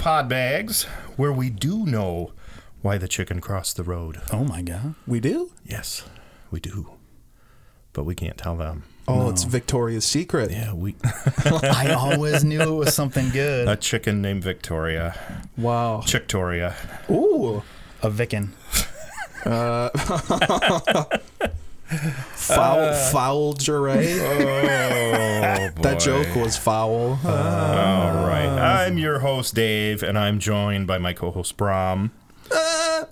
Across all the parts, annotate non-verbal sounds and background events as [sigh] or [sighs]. pod bags, where we do know why the chicken crossed the road. Oh my [laughs] god, we do. Yes, we do. But we can't tell them. Oh, it's Victoria's Secret. Yeah, we I always knew it was something good. a chicken named Victoria. Wow. Chictoria. Ooh. [laughs] A Vicken. Foul, foul Jure. Oh, boy. that joke was Oh, foul. Uh, All right. I'm your host, Dave, and I'm joined by my co host, Brom.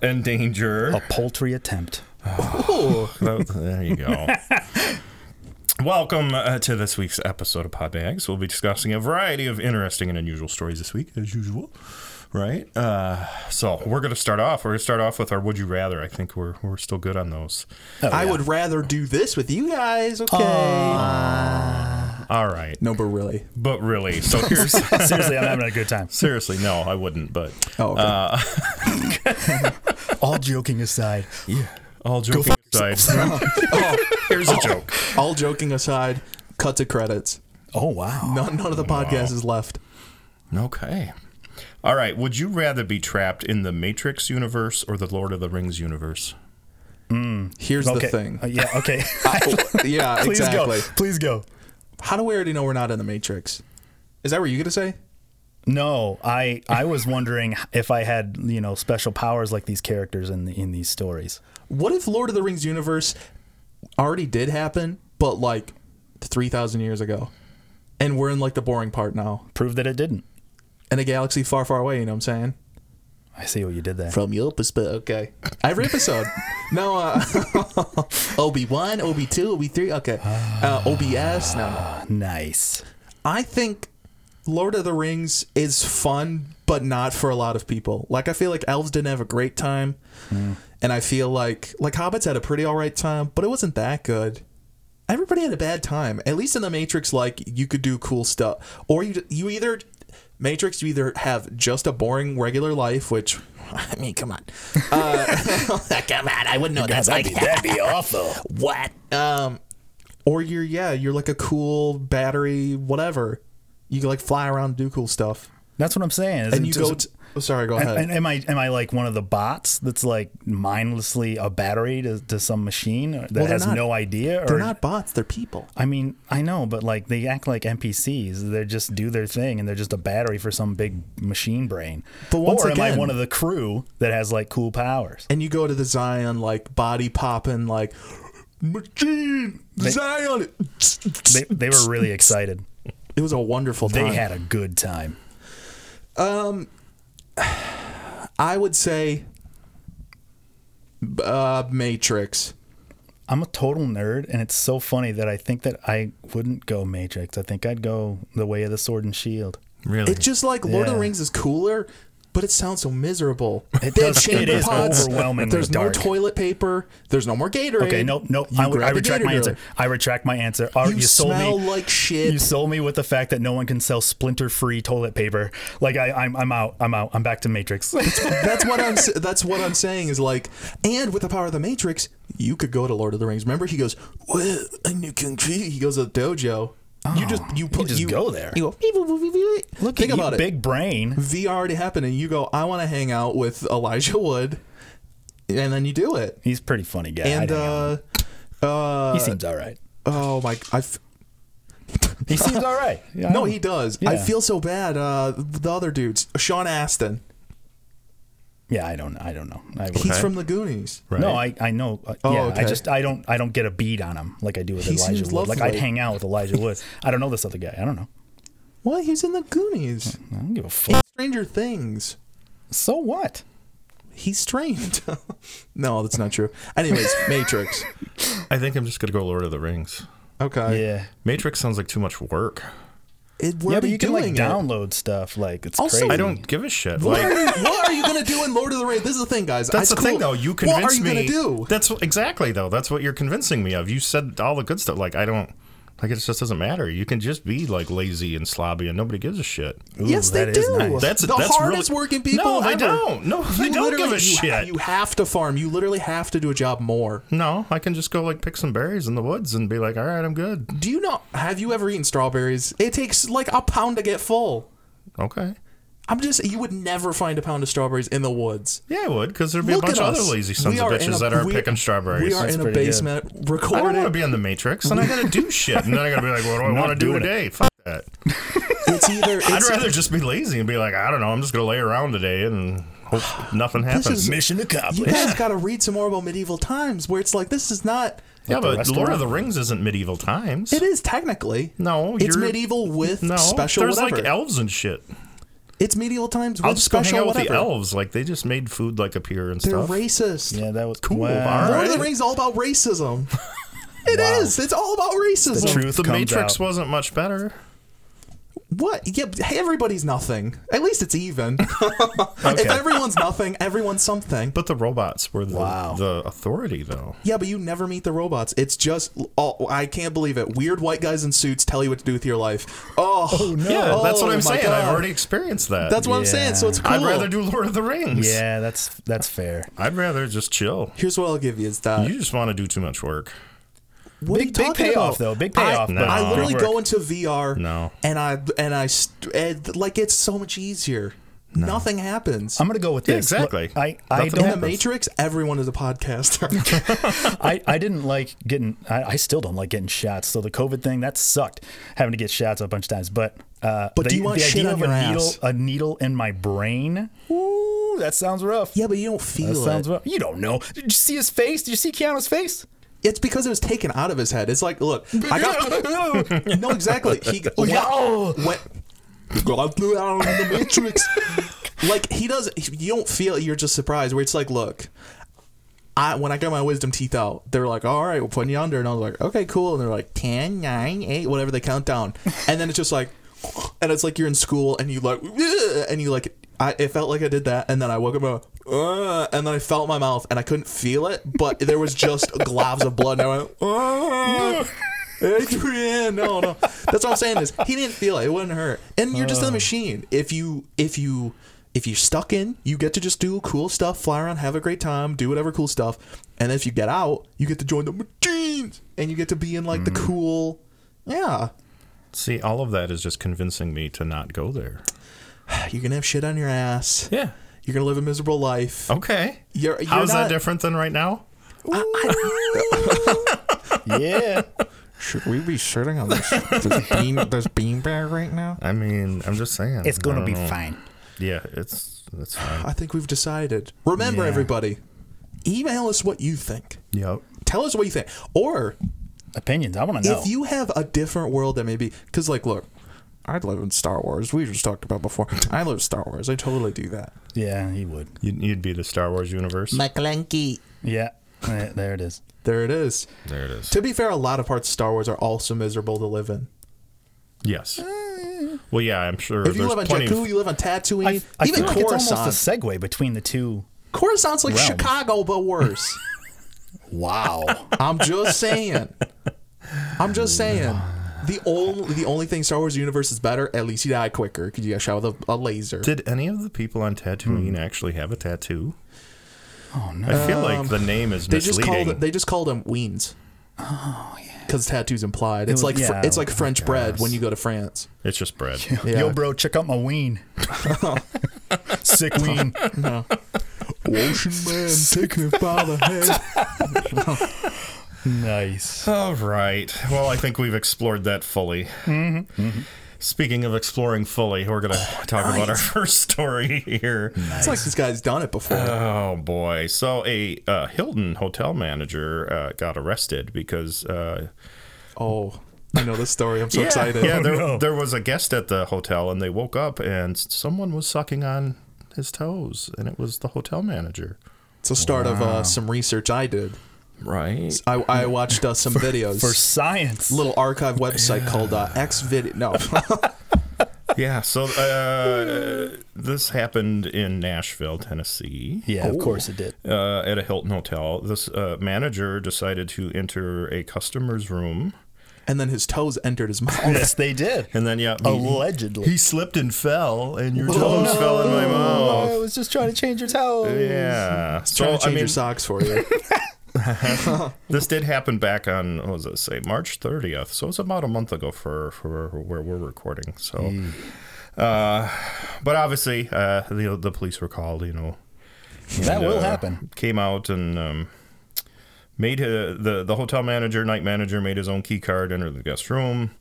and Danger. A poultry attempt. ooh. Oh, there you go. Welcome uh, to this week's episode of Pod Bags. We'll be discussing a variety of interesting and unusual stories this week, as usual. Right? Uh, so we're going to start off. We're going to start off with our Would You Rather. I think we're, we're still good on those. I would rather do this with you guys. Okay. All right. No, but really. But really, so here's. [laughs] Seriously, I'm having a good time. Seriously, no, I wouldn't, but Oh, okay. [laughs] All joking aside, all joking aside, [laughs] here's a joke. [laughs] all joking aside, cut to credits. oh wow, None, none of the podcast is left. Okay. All right. Would you rather be trapped in the Matrix universe or the Lord of the Rings universe? Here's okay, the thing. Uh, yeah, [laughs] okay. Oh, yeah, [laughs] Please exactly. go. Please go. How do we already know we're not in the Matrix? Is that what you're gonna say? No, I I was wondering if I had you know special powers like these characters in the, in these stories. What if Lord of the Rings universe already did happen, but like three thousand years ago, and we're in like the boring part now, Prove that it didn't. in a galaxy far, far away? You know what I'm saying? I see what you did there. From your perspective, okay. Every [laughs] episode. no, uh, Obi one, Obi two, Obi three. Okay, uh, OBS. No, no. Nice. I think Lord of the Rings is fun, but not for a lot of people. Like I feel like elves didn't have a great time, and I feel like like hobbits had a pretty all right time, but it wasn't that good. Everybody had a bad time. At least in the Matrix, like you could do cool stuff, or you you either Matrix you either have just a boring regular life, which [laughs] I mean, come on, uh, [laughs] come on, I wouldn't know that's like That'd be awful. [laughs] what? Um, or you're yeah, you're like a cool battery, whatever. You can like fly around and do cool stuff, That's what I'm saying. is and it you just- go. T- oh, sorry, go ahead. And am I am I like one of the bots that's like mindlessly a battery to, to some machine that Well, they're has not- no idea? Or they're not bots; they're people. I mean, I know, but like they act like NPCs. They just do their thing, and they're just a battery for some big machine brain. But once or am I again- one of the crew that has like cool powers? And you go to the Zion, like body popping, like machine Zion. They, they were [laughs] really excited. It was a wonderful time. They had a good time. I would say, uh, Matrix. I'm a total nerd, and it's so funny that I think that I wouldn't go Matrix. I think I'd go the way of the sword and shield. Really? It's just like Lord of the Yeah. Rings is cooler, but it sounds so miserable. [laughs] It They does- have it is shampoo overwhelmingly There's dark. no toilet paper. There's no more Gatorade. Okay, nope, nope. You I, I grab a retract my Gatorade. answer. I retract my answer. Oh, You, you, sold smell me. like you shit. sold me with the fact that no one can sell splinter-free toilet paper. Like I, I'm, I'm out. I'm out. I'm back to Matrix. [laughs] that's what I'm. s- That's what I'm saying is like, and with the power of the Matrix, you could go to Lord of the Rings. Remember, he goes, "Well, I knew Kung Fu." He goes to the dojo. you just you put Oh, just go there. You go. "Beep, boop, boop, boop, boop." Look Think at about you, it. big brain. VR already happened, and you go. I want to hang out with Elijah Wood, and then you do it. He's a pretty funny guy. And I'd hang out with uh, him. he seems all right. Oh my! I f- [laughs] He seems all right. Yeah, I no, don't- he does. I Oh. yeah. feel so bad. Uh, the other dudes, Sean Astin, Yeah, I don't. I don't know. I would- he's from the Goonies. Right. No, I, I know. Uh, Oh, yeah, okay. I just I don't I don't get a bead on him like I do with He Elijah seems Wood. Like I'd lovely. hang out with Elijah Wood. I don't know this other guy. I don't know. What? He's in the Goonies. I don't give a fuck. Stranger Things. So what? He's strained. [laughs] no, that's not true. [laughs] Anyways, Matrix. I think I'm just going to go Lord of the Rings. Okay. yeah. Matrix sounds like too much work. It, we're yeah, but already you can like doing it. download stuff. Like it's Also, crazy. I don't give a shit. Hmm. What Like are, [laughs] you, what are you gonna do in Lord of the Rings? This is the thing, guys. that's It's the thing cool. though. You What are convinced you me. gonna do? That's what, exactly though. That's what you're convincing me of. You said all the good stuff. Like I don't. Like it just doesn't matter. You can just be like lazy and slobby, and nobody gives a shit. Ooh, yes, they that is do. nice. That's the that's hardest really, working people. No, they ever. don't. No, they You don't give literally- a you- shit. You have to farm. You literally have to do a job more. No, I can just go like pick some berries in the woods and be like, all right, I'm good. Do you know? Have you ever eaten strawberries? It takes like a pound to get full. Okay. I'm just you would never find a pound of strawberries in the woods. Yeah, I would, because there'd be a bunch of other lazy sons We of are in bitches a- that are we- picking strawberries. We are That's in a pretty good. basement I don't want to recording. be in the Matrix, and I gotta do shit, and then I gotta be like, what do I want to do doing it. today? Fuck that. It's either [laughs] it's, I'd rather just be lazy and be like, I don't know, I'm just gonna lay around today and hope nothing happens. is- Mission you accomplished. guys got to read some more about medieval times where it's like this is not. yeah, the but rest Lord of of the Rings isn't medieval times. It is technically No, It's you're- medieval with No, special there's whatever. like elves and shit. it's medieval times with I'll just go hang special out with whatever. the elves. Like they just made food like appear and They're stuff. racist. Yeah, that was Cool, cool. all Lord right. of the Rings is all [laughs] about racism. It is. Wow. It's all about racism. The truth the comes Matrix out. wasn't much better. What? Yeah, but hey, everybody's nothing. At least [laughs] it's even. If everyone's nothing, everyone's something. But the robots were the, Wow. the authority, though. Yeah, but you never meet the robots. It's just, oh, I can't believe it. Weird white guys in suits tell you what to do with your life. Oh, no. Yeah, that's what I'm saying. I've God. already experienced that. That's what I'm saying. So it's cool. I'd rather do Lord of the Rings. Yeah, that's that's fair. I'd rather just chill. Here's what I'll give you is that. You just want to do too much work. what are Big- big you talking payoff, about? though. Big I, payoff, but I no. literally Good work. go into VR. No. And I and I st- and, like it's so much easier. Nothing happens. I'm gonna go with this. Yeah, exactly. Look, I, I Nothing in the don't Matrix, everyone is [laughs] a podcaster. [laughs] I, [laughs] I didn't like getting I, I still don't like getting shots. So the COVID thing that sucked having to get shots a bunch of times. But uh, But the, do you want the shit idea on of your a needle ass? a needle in my brain? Ooh, that sounds rough. yeah, but you don't feel that it. sounds rough. You don't know. Did you see his face? Did you see Keanu's face? It's because it was taken out of his head. It's like, look, I got [laughs] no exactly. He Wow. What? God flew out of the matrix. like he does. You don't feel. it, You're just surprised. Where it's like, look, I when I got my wisdom teeth out, they were like, all right, we're putting you under, and I was like, okay, cool. And they're like, ten, nine, eight, whatever. They count down, and then it's just like, and it's like you're in school, and you like, "Ugh," and you like. I, it felt like I did that, and then I woke up, and, I went, "Ugh," and then I felt my mouth, and I couldn't feel it, but there was just globs of blood, and I went, "Ugh." Adrian, no, no. That's what I'm saying is he didn't feel it. It wouldn't hurt. And you're just Uh. in the machine. If you, if you, if you're stuck in, you get to just do cool stuff, fly around, have a great time, do whatever cool stuff. And if you get out, you get to join the machines, and you get to be in like the Mm. cool, yeah. See, all of that is just convincing me to not go there. You're gonna have shit on your ass. Yeah. You're gonna live a miserable life. Okay. You're, you're How is that not- different than right now? Yeah. Should we be sitting on this, this bean this beanbag right now? I mean, I'm just saying. it's I gonna don't be know. fine. Yeah, it's it's [sighs] fine. I think we've decided. Remember, Yeah. everybody, email us what you think. yep. Tell us what you think, or Opinions. I wanna know. If you have a different world that maybe, because like, look, I'd live in Star Wars. We just talked about before. I live in Star Wars. I totally do that. yeah, he would. You'd, you'd be the Star Wars universe. McClanky. Yeah. There there it is. there it is. there it is. To be fair, a lot of parts of Star Wars are also miserable to live in. Yes. Well, yeah, I'm sure. Eh. If you there's live on plenty of- Jakku, you live on Tatooine. [laughs] I, I even feel like it's Coruscant. almost a segue between the two. Coruscant's like realm. Chicago, but [laughs] worse. Wow. I'm just saying. I'm just saying. The only the only thing Star Wars universe is better. At least you die quicker because you got shot with a, a laser. Did any of the people on Tatooine actually have a tattoo? Oh no! I feel like the name is They just misleading. called it, they just called them weens. Oh yeah. Because tattoos implied. It's was- like fr- yeah, oh it's like I French bread guess. when you go to France. it's just bread. [laughs] Yeah. Yo, bro, check out my ween. Sick ween. Ocean man taking it by the [laughs] head. [laughs] Nice. All right. Well, I think we've explored that fully. Mm-hmm. Speaking of exploring fully, we're going to Oh, talk about our [laughs] first story here. It's like this guy's done it before. Oh boy! So a uh, Hilton hotel manager uh, got arrested because uh, oh, I know this story. I'm [laughs] so yeah, Oh, excited. yeah, there, no. there was a guest at the hotel, and they woke up and s- someone was sucking on his toes, and it was the hotel manager. It's a start of uh, some research I did. [laughs] Right. I, I watched uh, some videos. For science. little archive website called uh, X Video. No, [laughs] Yeah. So uh, this happened in Nashville, Tennessee. Yeah, of course it did. uh, at a Hilton hotel. This uh, manager decided to enter a customer's room, and then his toes entered [laughs] his mouth. Yes, they did. and then yeah, he- Oh, Allegedly. he, slipped and fell, and your toes fell in my mouth. Oh, I was just trying to change your towel. Yeah. Trying So to I change mean, your socks for you. this did happen back on what was it Hmm. say March 30th, so it's about a month ago for for where we're recording. So. Uh, but obviously, uh, the the police were called. You know, That and, will uh, happen. Came out and um, made uh, the the hotel manager, night manager, made his own key card, entered the guest room.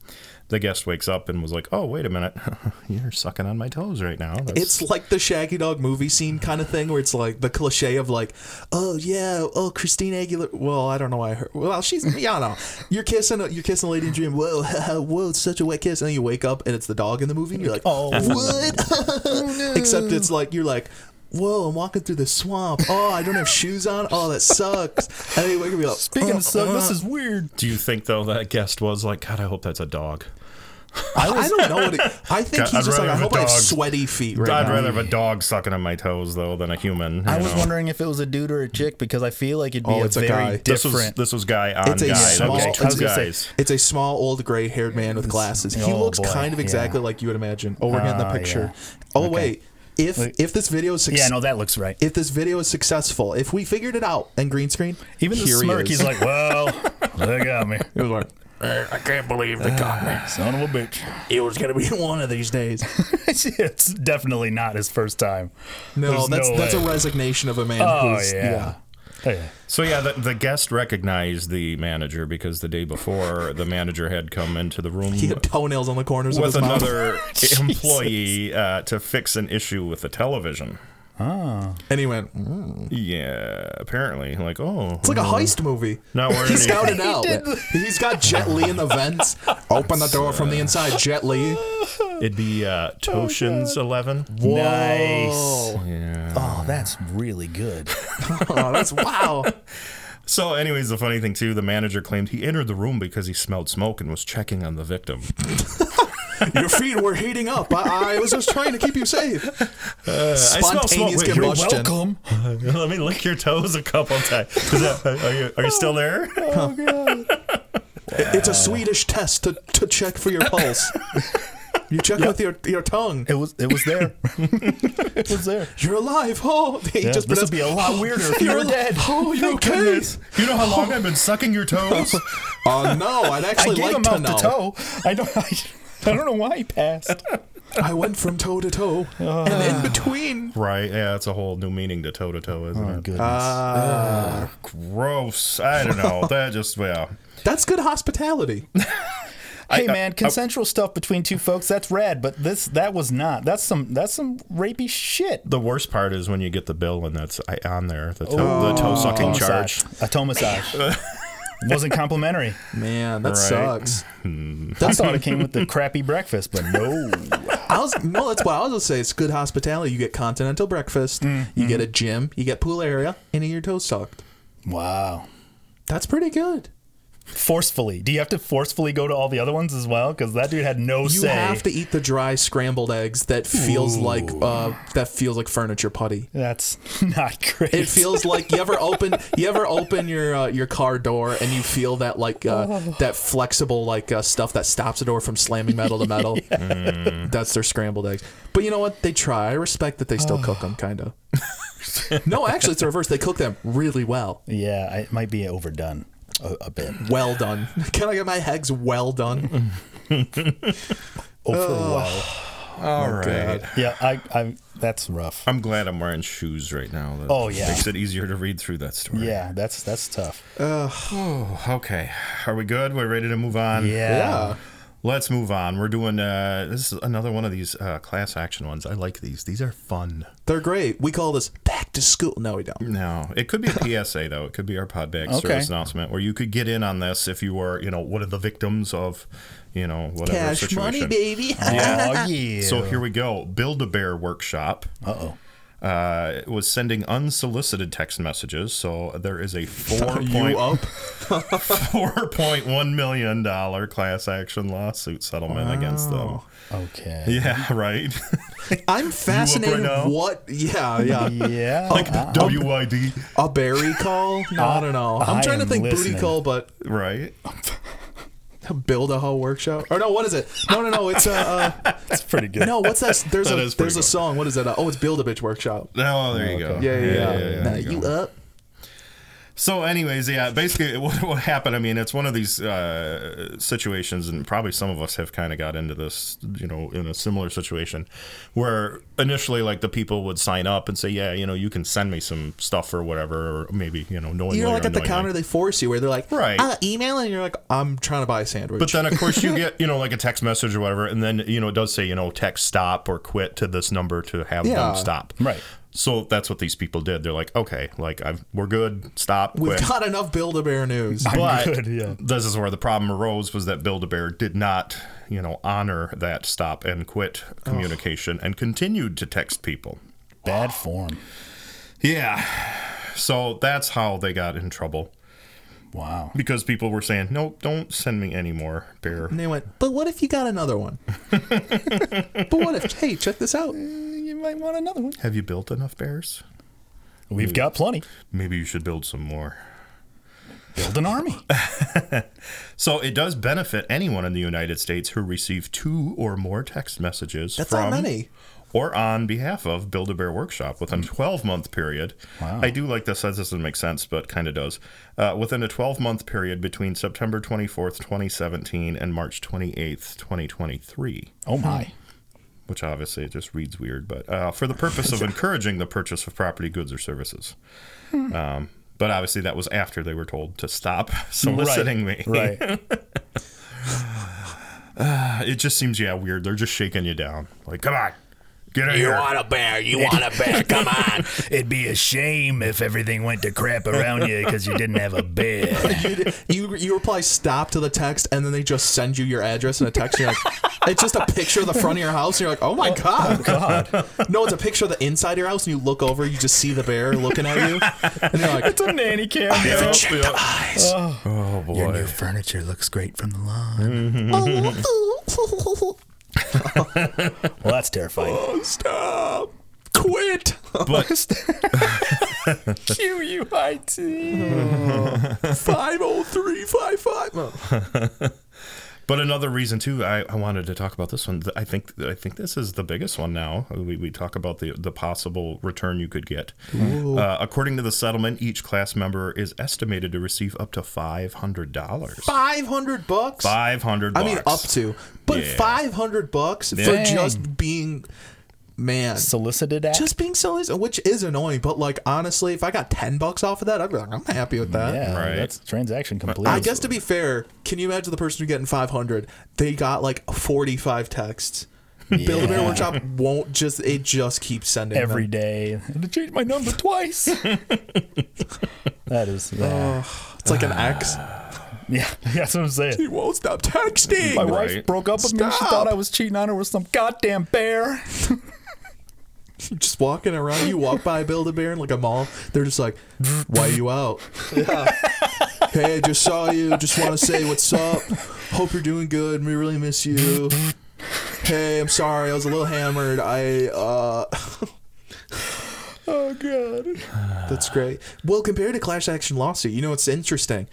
The guest wakes up and was like, "Oh, wait a minute, [laughs] you're sucking on my toes right now." That's- It's like the Shaggy Dog movie scene kind of thing, where it's like the cliche of like, oh yeah, oh Christine Aguilera. Well, I don't know why. I heard. Well, she's yeah, I don't know. You're kissing, a- you're kissing a lady in a dream. Whoa, whoa, [laughs] it's such a wet kiss. And then you wake up and it's the dog in the movie, and you're like, [laughs] oh what? [laughs] Except it's like you're like. Whoa, I'm walking through the swamp. Oh, I don't have shoes on. Oh, that sucks. And then you wake up, and you're Speaking like, "Oh, uh, of suck, this is weird. Do you think though that guest was like, "God, I hope that's a dog." I, I don't know what it, I think God, he's I'd just like, rather I have a hope I have dog. sweaty feet right I'd now. rather have a dog sucking on my toes though than a human. you I was know? wondering if it was a dude or a chick because I feel like it'd be Oh, a it's a very guy. This different. was this was guy on It's a guy. small- okay, it's two a- it's a- guys. It's a small, old, gray-haired man with glasses. He Oh, looks boy. kind of exactly like you would imagine. Oh, we're getting the Ah, picture. yeah. Oh Okay. wait, if Wait. if this video is suc- yeah, no, that looks right. if this video is successful, if we figured it out and green screen, Even the here he smirk, is. he's like, "Well, they got me, It was like, "Eh, I can't believe they got me. son of a bitch." It was gonna be [laughs] one of these days. [laughs] it's definitely not his first time. [laughs] no, There's that's no that's a way. resignation of a man. Oh who's, yeah. Oh, yeah. So yeah, the, the guest recognized the manager because the day before the manager had come into the room He had toenails on the corners with of his mouth. [laughs] another employee uh, to fix an issue with the television. and he went. "Mm." Yeah, apparently, like oh, It's like a Mm. heist movie. Not wearing he anything. scouted out. He's got Jet Li in [laughs] the vents. Open the door from the inside, Jet Li. [laughs] it'd be Oh uh, Toshin's eleven. Nice. Yeah. Oh, that's really good. Oh, that's wow. So, anyways, the funny thing too, the manager claimed he entered the room because he smelled smoke and was checking on the victim. Your feet were heating up. I, I was just trying to keep you safe. smell Uh, smoke. Spontaneous Wait, you're [laughs] combustion. Let me lick your toes a couple times. Is that- are, you, are you still [laughs] there? It's a Swedish test to, to check for your pulse. You check with your your tongue. It was. It was there. it was there. You're alive. Oh, he Yeah, just this would pronounced- be a lot weirder if you You're were al- dead. Oh, you're okay. You know how long I've been sucking your toes? Oh no, I'd I actually gave like him to out know. the toe. I don't. I, I don't know why he passed. I went from toe to toe and in between. [laughs] right. Yeah, that's a whole new meaning to toe to toe, isn't it? oh, Goodness. Oh, Gross. I don't [laughs] know. that just yeah. That's good hospitality. hey man, consensual stuff between two folks—that's rad. But this—that was not. That's some. That's some rapey shit. The worst part is when you get the bill and that's I- on there the toe, the toe Oh, sucking Toe charge. massage. A toe massage. Wasn't complimentary. Man, that Right. sucks. I thought it came with the crappy breakfast, but no. I was no, that's why I was gonna say it's good hospitality. You get continental breakfast, Mm, you get a gym, you get pool area, and your toes sucked. Wow. That's pretty good. Forcefully. Do you have to forcefully go to all the other ones as well? Because that dude had no You say. have to eat the dry scrambled eggs that feels like uh, that feels like furniture putty. That's [laughs] not great. It feels like you ever open you ever open your uh, your car door and you feel that like uh, that flexible like uh, stuff that stops the door from slamming metal to metal. That's their scrambled eggs. But you know what? They try. I respect that they still cook them, kind of. no, actually, it's the reverse. They cook them really well. Yeah, I- it might be overdone a, a bit. Well done. [laughs] Can I get my eggs well done? Overwhelmed. All right. Yeah, I, I. That's rough. I'm glad I'm wearing shoes right now. That Oh, yeah. Makes it easier to read through that story. Oh, Yeah, that's that's tough. Okay. Are we good? We're ready to move on. yeah. Let's move on. We're doing uh, this is another one of these uh, class action ones. I like these. These are fun. They're great. We call this back to school. No, we don't. No, it could be a PSA though. It could be our pod bag Okay. service announcement where you could get in on this if you were, you know, one of the victims of, you know, whatever Cash situation. money, baby. Oh yeah. So here we go. Build a bear workshop. Uh-oh. Uh, was sending unsolicited text messages. So there is a four [laughs] You up? [laughs] four point one million dollar class action lawsuit settlement against them. Okay. Yeah, [laughs] right. I'm fascinated. now? what? Yeah, yeah. Yeah. like Uh-huh. [laughs] WID, A berry [laughs] call? No, I don't know. I'm I trying to am think listening. booty call, but right? build a whole workshop. Or no, what is it? No, no, no. It's uh, uh that's pretty good. no. What's that? There's That a is pretty there's a good. song. What is that? Uh, oh, it's build a bitch workshop. Oh, there you go. Yeah, yeah, yeah. there Now you go. you up? So, anyways, yeah, basically, [laughs] what, what happened? I mean, it's one of these uh, situations, and probably some of us have kind of got into this, you know, in a similar situation, where initially, like the people would sign up and say, "Yeah, you know, you can send me some stuff or whatever," or maybe, you know, knowingly. You're or like at the unknowingly. counter, they force you where they're like, Right. uh, email, and you're like, I'm trying to buy a sandwich. But then, of course, [laughs] you get you know like a text message or whatever, and then you know it does say you know text stop or quit to this number to have Yeah. them stop. Right. So that's what these people did. They're like, okay, like I've, we're good. Stop. We've quit. got enough Build-A-Bear news. but good, yeah. this is where the problem arose was that Build-A-Bear did not, you know, honor that stop and quit communication and continued to text people. Bad form. Yeah. So that's how they got in trouble Wow. because people were saying, "No, don't send me any more bear." And they went, but what if you got another [laughs] one? but what if, hey, check this out. Eh, You might want another one. Have you built enough bears? We've got plenty. Maybe you should build some more. Build an army. So it does benefit anyone in the United States who received two or more text messages That's from not many. or on behalf of Build a Bear Workshop within a 12 month period. Wow. I do like this, says this doesn't make sense, but kind of does. Uh, within a 12 month period between September 24th, 2017 and March 28th, 2023 Oh my. which obviously it just reads weird, but uh, for the purpose [laughs] of encouraging the purchase of property, goods, or services. Hmm. Um, but obviously, that was after they were told to stop [laughs] soliciting me. Right. It just seems, yeah, weird. They're just shaking you down. Like, come on, get in here. a bear? You want a bear? Come [laughs] on. It'd be a shame if everything went to crap around you because you didn't have a bed. [laughs] You you reply stop to the text, and then they just send you your address in a text. And you're like, it's just a picture of the front of your house. And you're like, oh my god, god. [laughs] No, it's a picture of the inside of your house, and you look over, you just see the bear looking at you, and you're like, It's a nanny cam. Yeah, yeah. Oh boy. Your new furniture looks great from the lawn. [laughs] oh, Well, that's terrifying. [laughs] stop, quit. Q U I T. Five oh three five five. But another reason too, I, I wanted to talk about this one. I think I think this is the biggest one now. We, we talk about the, the possible return you could get. Uh, according to the settlement, each class member is estimated to receive up to five hundred dollars. Five hundred bucks. Five hundred. I mean, up to, but Yeah. five hundred bucks for Dang. just being man. Solicited act. just being silly, which is annoying. But like honestly, if I got ten bucks off of that, I'd be like, I'm happy with that. yeah, Right. that's transaction complete. I guess to be fair, can you imagine the person who getting five hundred? They got like forty five texts. Build a Bear Yeah. Workshop won't just it just keeps sending every them. day. I had to change my number twice. [laughs] that is, [laughs] yeah. [sighs] It's like an ex. yeah, [laughs] that's what I'm saying. He won't stop My texting. Right. wife broke up with me. She Stop. thought I was cheating on her with some goddamn bear. Just walking around, you walk by Build a Bear in like a mall. They're just like, "Why you out?" Yeah. hey, just saw you. Just want to say what's up. Hope you're doing good. We really miss you. Hey, I'm sorry. I was a little hammered. I uh. Oh god. That's great. Well, compared to class action lawsuit, you know it's interesting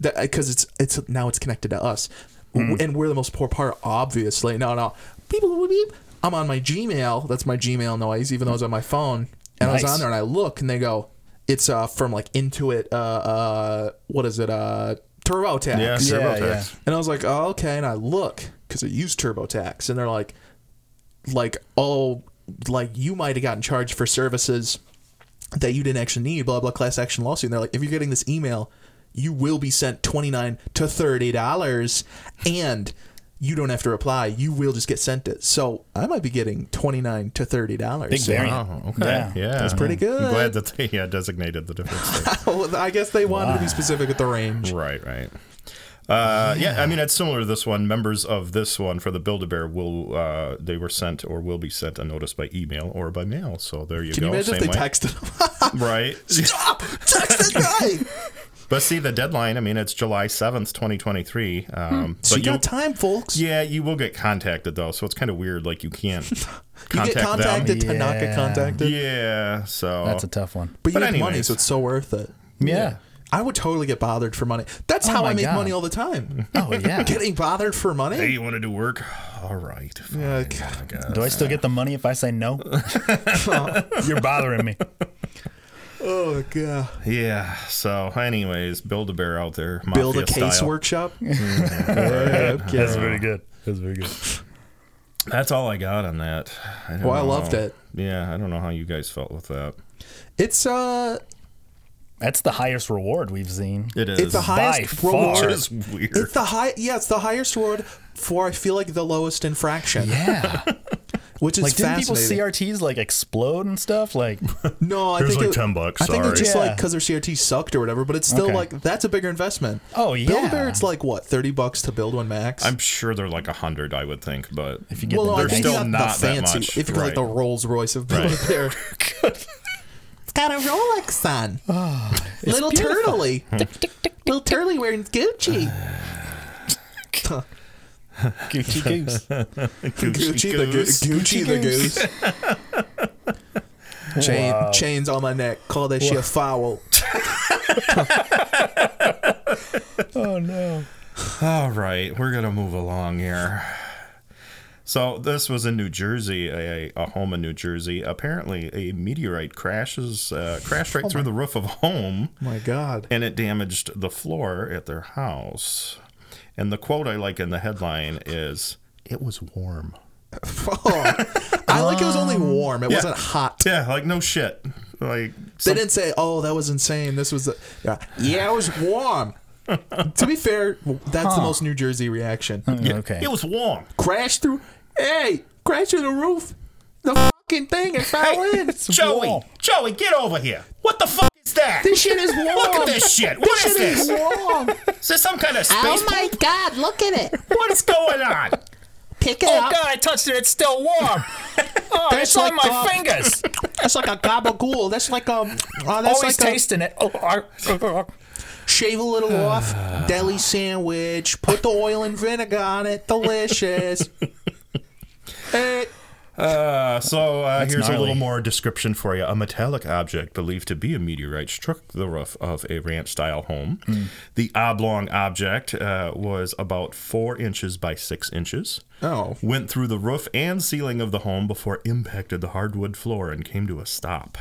that because it's it's now it's connected to us, W and we're the most poor part. Obviously, no, no. Beep, beep, beep, beep. I'm on my Gmail. That's my Gmail noise, even though I was on my phone. And I was Nice. on there, and I look, and they go, "It's uh, from like Intuit. Uh, uh, what is it? Uh, TurboTax." Yeah, TurboTax. yeah. And I was like, oh, okay. And I look because it used TurboTax, and they're like, like, oh, like you might have gotten charged for services that you didn't actually need. Blah blah class action lawsuit. And they're like, if you're getting this email, you will be sent twenty nine to thirty dollars, and you don't have to reply. You will just get sent it. So I might be getting twenty nine to thirty Big [laughs] dollars. variant. Oh, okay. Yeah. That's pretty good. I'm glad that they yeah, designated the difference. there. Oh, I guess they wanted to be specific with the range. right, right. Uh, yeah. I mean, it's similar to this one. Members of this one for the Build-A-Bear will uh, they were sent or will be sent a notice by email or by mail. So there you Can go. you imagine if Same they way. texted? Right. [laughs] Stop! Text that guy. But see, the deadline, I mean, it's July 7th, 2023. Um, Hmm. [laughs] So but you you'll- got time, folks. Yeah, you will get contacted, though. So it's kind of weird. Like, you can't [laughs] You contact get contacted, them. to not get Yeah. them. contacted. Yeah. So. That's a tough one. But But you make money, anyways. so it's so worth it. Yeah. I would totally get bothered for money. That's how Oh my I make God. money all the time. [laughs] [laughs] Oh yeah. Getting bothered for money? Hey, you want to do work? All right. Fine, Yeah, I guess. Do I [laughs] still get the money if I say no? You're bothering me. [laughs] Oh, god. Yeah. So, anyways, build a bear out there. Build a mafia case style. [laughs] workshop. That's very good. That's very good. That's all I got on that. I don't Well, I know. loved it. Yeah, I don't know how you guys felt with that. It's uh, That's the highest reward we've seen. It is. it's the highest far. reward. It is weird. It's the high. Yeah, it's the highest reward for I feel like the lowest infraction, [laughs] Yeah. which is like didn't people fascinating. CRTs like explode and stuff? Like no, I Here's think like it- 10 bucks, I think it's sorry. just Yeah. like because their CRT sucked or whatever. But it's still Okay. like that's a bigger investment. Oh, Build a yeah. bear. It's like what thirty bucks to build one max. I'm sure they're like a hundred, I would think, [laughs] but if you get well, the no, they're I think still [laughs] you got not the that fancy. much, If you go like right. the Rolls Royce of building Right. [laughs] bear, it's got a [sighs] Rolex on. Little [laughs] beautiful. turtley, little turtley wearing Gucci. Uh, Gucci goose. Gucci the goose. Gucci the goose. [laughs] Chain, Chains on my neck. Call that shit foul. oh no. All right, we're gonna move along here. So this was in New Jersey, a, a home in New Jersey. Apparently, a meteorite crashes uh, crashed Oh right through the roof of a home, My God. and it damaged the floor at their house. And the quote I like in the headline is, "It was warm." I like it was only Um, warm. It wasn't hot. Yeah, like no shit. Like They some- didn't say, "Oh, that was insane." This was, the, yeah, yeah, it was warm. to be fair, that's the most New Jersey reaction. Okay. it was warm. Crash through. Hey, crash through the roof. The fucking thing it fell in. Joey, warm. Joey, get over here. What the fuck is that? This shit is warm. Look at this shit. What is Shit this? is warm. Is this some kind of space? Oh my god, look at it. [laughs] What is going on? Pick it up. Oh, I touched it. It's still [laughs] warm. [laughs] Oh, That's like the- [laughs] fingers. That's like a gabagool. That's like um. Uh, that's like a, it. Oh, I- shave [sighs] a little off, deli sandwich, put the oil and vinegar on [laughs] it, delicious. Eh, Uh, so uh, here's a gnarly. little more description for you. A metallic object believed to be a meteorite struck the roof of a ranch style home. The oblong object uh, was about four inches by six inches. Oh. Went through the roof and ceiling of the home before impacted the hardwood floor and came to a stop.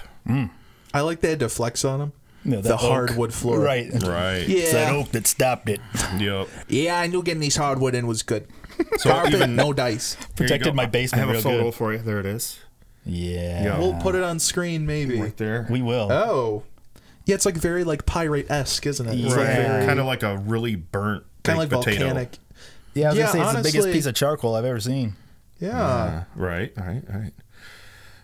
I like they had to flex on him. No, that the oak. hardwood floor. Right. Right. It's that Yeah. oak that stopped it. Yep. Yeah, I knew getting these hardwood in was [laughs] good. Carpet, even- no dice. Protected my basement I have real a photo good. for you. There it is. Yeah. Yeah. We'll put it on screen maybe. Right there. We will. Oh. Yeah, it's like very like pirate esque, isn't it? It's Right. like very Kind of like a really burnt kind of baked like potato. volcanic. yeah, I was gonna yeah, say it's the honestly- biggest piece of charcoal I've ever seen. Yeah. Right, right, right.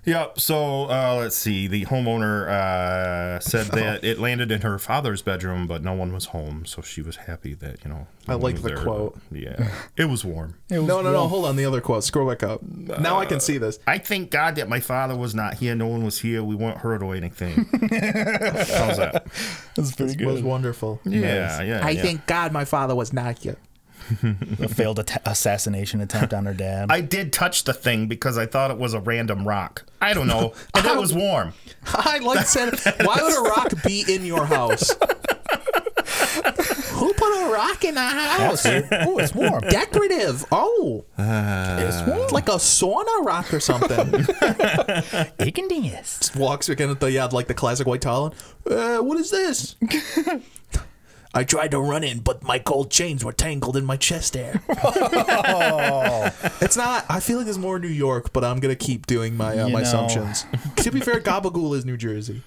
Yep. So uh, let's see. The homeowner uh, said that it landed in her father's bedroom, but no one was home, so she was happy that you know. no I one like was the quote. Yeah, it was warm. no, no, no. Hold on. The other quote. Scroll back up. now I can see this. I thank God that my father was not here. No one was here. We weren't hurt or anything. How's that? That's pretty It was good. wonderful. Yeah, yeah. I yeah. thank God my father was not here. A failed atta- assassination attempt on her dad. I did touch the thing because I thought it was a random rock. I don't [laughs] know, and it was warm. I like said, why would a rock be in your house? Who put a rock in a house? oh, it's warm. Decorative. Oh, it's like a sauna rock or something. It can dance. Walks again at the yeah, like the classic white towel. Uh, what is [laughs] this? I tried to run in, but my gold chains were tangled in my chest [laughs] hair. Oh. it's not. I feel like it's more New York, but I'm gonna keep doing my uh, You my know. [laughs] assumptions. to be fair, Gabagool is New Jersey.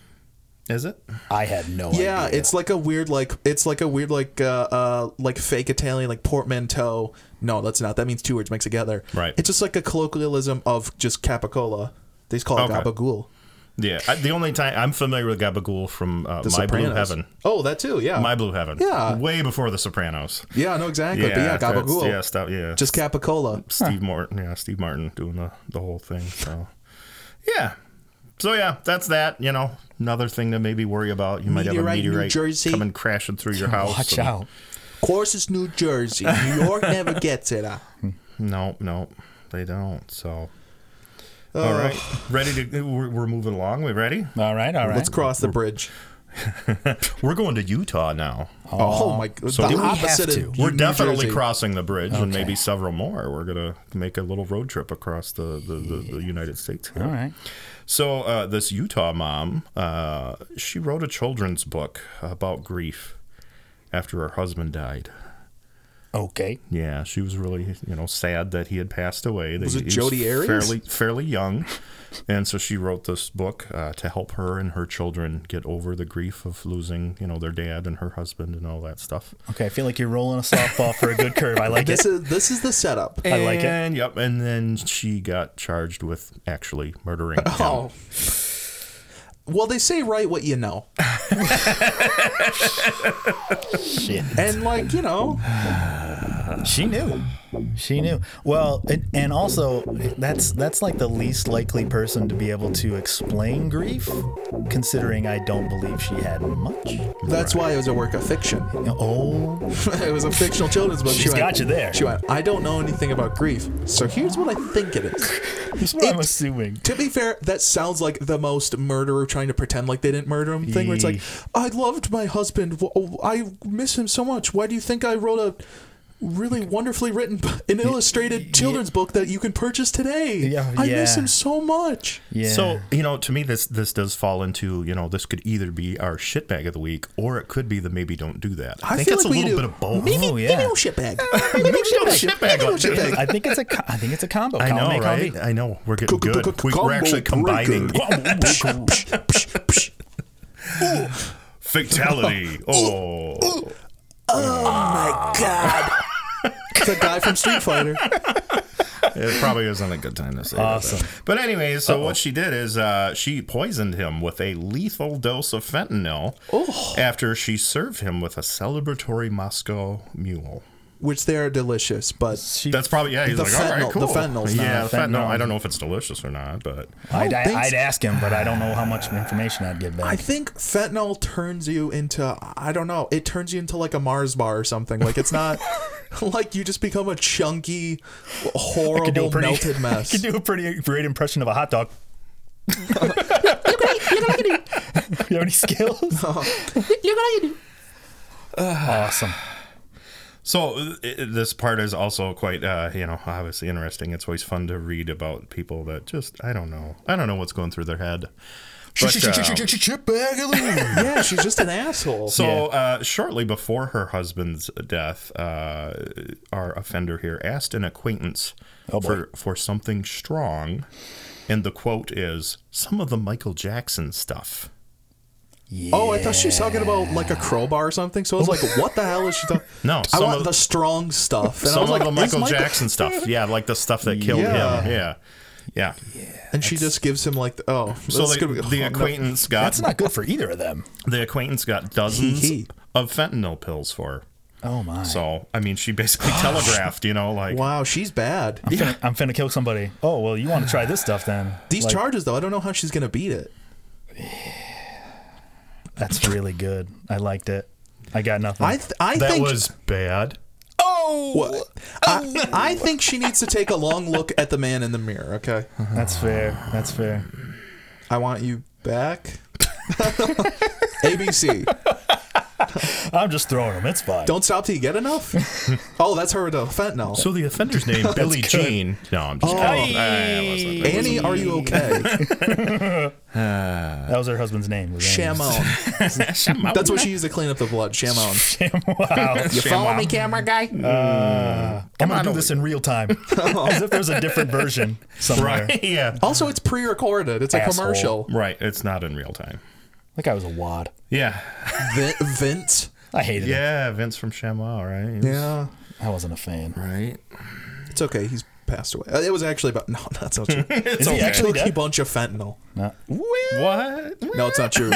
Is it? I had no idea. Yeah, uh, it's like a weird like it's like a weird like uh, uh like fake Italian like portmanteau. No, that's not. That means two words mixed together. Right. It's just like a colloquialism of just capicola. They just call it Okay. gabagool. Yeah. I, the only time I'm familiar with Gabagool from uh, The My Blue Sopranos. Heaven. Oh, that too. Yeah. My Blue Heaven. Yeah. Way before The Sopranos. yeah. No, exactly. but yeah, that's- gabagool. Yeah, stop. Yeah. Just capicola. Steve Martin. Yeah, Steve Martin doing the, the whole thing. So, yeah. So, yeah, that's that. You know, another thing to maybe worry about. You might Meteorite, have New a meteorite Jersey. coming crashing through [laughs] your house. Watch and- out. Of course, it's New Jersey. [laughs] New York never gets it. Uh. No, no, they don't. So, all right. Ready to, we're, we're moving along. We ready? All right, all right. Let's cross the bridge. We're going to Utah now. Oh, my god. So the do we have opposite to? of We're New definitely Jersey. crossing the bridge and maybe several more. We're going to make a little road trip across the, the, the, the United States. here. All right. So uh, this Utah mom, uh, she wrote a children's book about grief after her husband died. Okay. Yeah, she was really, you know, sad that he had passed away. Was it Jodi Arias? Fairly, fairly young, and so she wrote this book uh, to help her and her children get over the grief of losing, you know, their dad and her husband and all that stuff. Okay. I feel like you're rolling a softball for a good curve. I like it. This is this is the setup. I like it. And yep, and then she got charged with actually murdering. him. [laughs] Oh. Well, they say write what you know. Shit. And like, you know, She knew. She knew. Well, and, and also that's that's like the least likely person to be able to explain grief, considering I don't believe she had much. that's why it was a work of fiction. [laughs] Oh, it was a fictional children's book. She's got you there. She went, I don't know anything about grief, so here's what I think it is. that's what I'm It- assuming. To be fair, that sounds like the most murderer trying to pretend like they didn't murder him thing. Where it's like, I loved my husband. Wh- oh, I miss him so much. Why do you think I wrote a really wonderfully written and illustrated children's book that you can purchase today? Yeah, I miss yeah. him so much. Yeah. So you know, to me, this this does fall into you know, this could either be our shitbag of the week, or it could be the maybe don't do that. I, I think feel it's like a we little do- bit of both. oh yeah. shitbag. shitbag on shitbag. this. I think it's a co- I think it's a combo. I Column know, A, column B. right? I know. We're getting good. We- We're actually combining [laughs] fatality. Oh, the guy from Street Fighter. it probably isn't a good time to say. Awesome. That. But anyway, so what she did is uh, she poisoned him with a lethal dose of fentanyl Oh. after she served him with a celebratory Moscow mule. Which they are delicious, but She, That's probably yeah. He's The like, all right, fentanyl- cool. the fentanyl's not- yeah, the fentanyl. fentanyl. I don't know if it's delicious or not, but I'd, I don't think I'd so. ask him, but I don't know how much information I'd get I back. think fentanyl turns you into I don't know. It turns you into like a Mars bar or something. Like it's not [laughs] like you just become a chunky, could do horrible a [laughs] pretty- melted mess. I could do a pretty great impression of a hot dog. Look what I, look what I can do. You have any skills? Look what I can do. awesome. So uh, i- this part is also quite, uh, you know, obviously interesting. It's always fun to read about people that just, I don't know, I don't know what's going through their head. But, uh, yeah, she's just an asshole. so uh, shortly before her husband's death, uh, our offender here asked an acquaintance Oh, for for something strong, and the quote is some of the Michael Jackson stuff. Oh, I thought she was talking about like a crowbar or something. So I was like, what the hell is she talking? No, I some want of- the strong stuff. And I some was like, of the "Is Michael, Jackson [laughs] stuff, yeah, like the stuff that killed him, yeah, yeah. And she just gives him like, the, oh, So that's the, gonna be- the oh, [laughs] no. acquaintance got That's not good for either of them. the acquaintance got dozens Hee hee. of fentanyl pills for her. Oh my. So, I mean, she basically telegraphed, you know, like, Wow, she's bad. I'm, finna, I'm finna kill somebody. Oh well, you want to try this stuff then? These Like, charges though, I don't know how she's gonna beat it. That's really good. I liked it. I got nothing. I th- I that think was bad. Well, I, I think she needs to take a long look at the man in the mirror, okay? That's fair. That's fair. I want you back. [laughs] ABC. I'm just throwing them. It's fine. Don't stop till you get enough? Oh, that's her to fentanyl. So the offender's [laughs] name, Billy Jean. No, I'm Oh. just kidding. Eh, it wasn't- it wasn't- Annie, are you okay? that was her husband's name. was Andy's. Shamone. That's what she used to clean up the blood. Shamone. wow. You follow me, camera guy? I'm gonna do this in [laughs] real time, as if there's a different version somewhere. Right, [laughs] yeah. Also, it's pre recorded, it's a Asshole. commercial. Right, it's not in real time. That guy was a wad. Yeah. Vin- Vince. I hated him. Yeah, Vince from ShamWow, right? Yeah. I wasn't a fan. Right. It's okay. He's passed away. Uh, It was actually about. No, [laughs] that's not true. Is he actually Took a dead? bunch of fentanyl. No. What? No, it's [laughs] not true.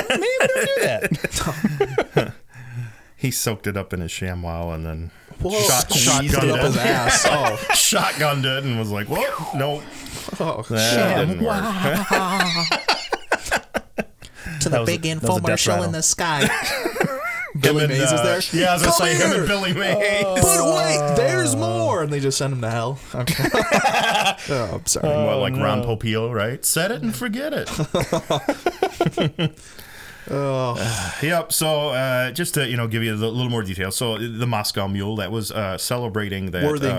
He soaked it up in his ShamWow and then Whoa. shot, Squeezed it up shotgunned his it. ass. Oh. Shotgunned it and was like, whoa, no. Oh, That didn't [laughs] work. To That the was a- big that was a death infomercial rattle. in the sky. Billy Him and, Mays is uh, there. Yeah, I was gonna Come say [laughs] him here! Oh. and Billy Mays. Uh, But wait, there's more, and they just send him to hell. [laughs] Okay. [laughs] oh, I'm sorry. Uh, [laughs] Well, like Ron Popeil, right? Set it and forget it. [sighs] Yep. So uh, just to you know give you a li- little more detail. So the Moscow Mule that was uh, celebrating that Were the um,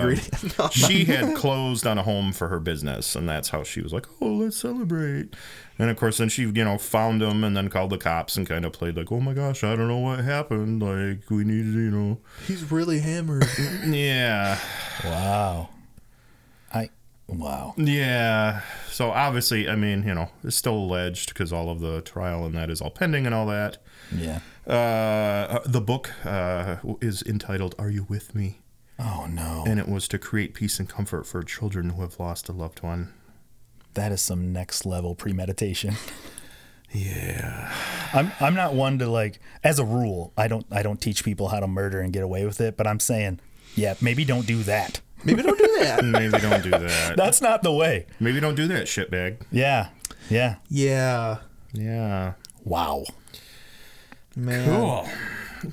[laughs] ingredient. [laughs] she had closed on a home for her business, and that's how she was like, "Oh, let's celebrate." And of course, then she you know found him and then called the cops and kind of played like, "Oh my gosh, I don't know what happened. Like we needed you know." He's really hammered. Yeah. Wow. I wow. Yeah. So obviously, I mean, you know, it's still alleged because all of the trial and that is all pending and all that. Yeah. Uh, the book uh, is entitled "Are You With Me?" Oh no. and it was to create peace and comfort for children who have lost a loved one. That is some next level premeditation. [laughs] Yeah. I'm I'm not one to like as a rule, I don't I don't teach people how to murder and get away with it, but I'm saying, yeah, maybe don't do that. Maybe don't do [laughs] that. Maybe don't do that. [laughs] That's not the way. Maybe don't do that, shitbag. Yeah. Yeah. Yeah, Yeah. Wow. man. Cool.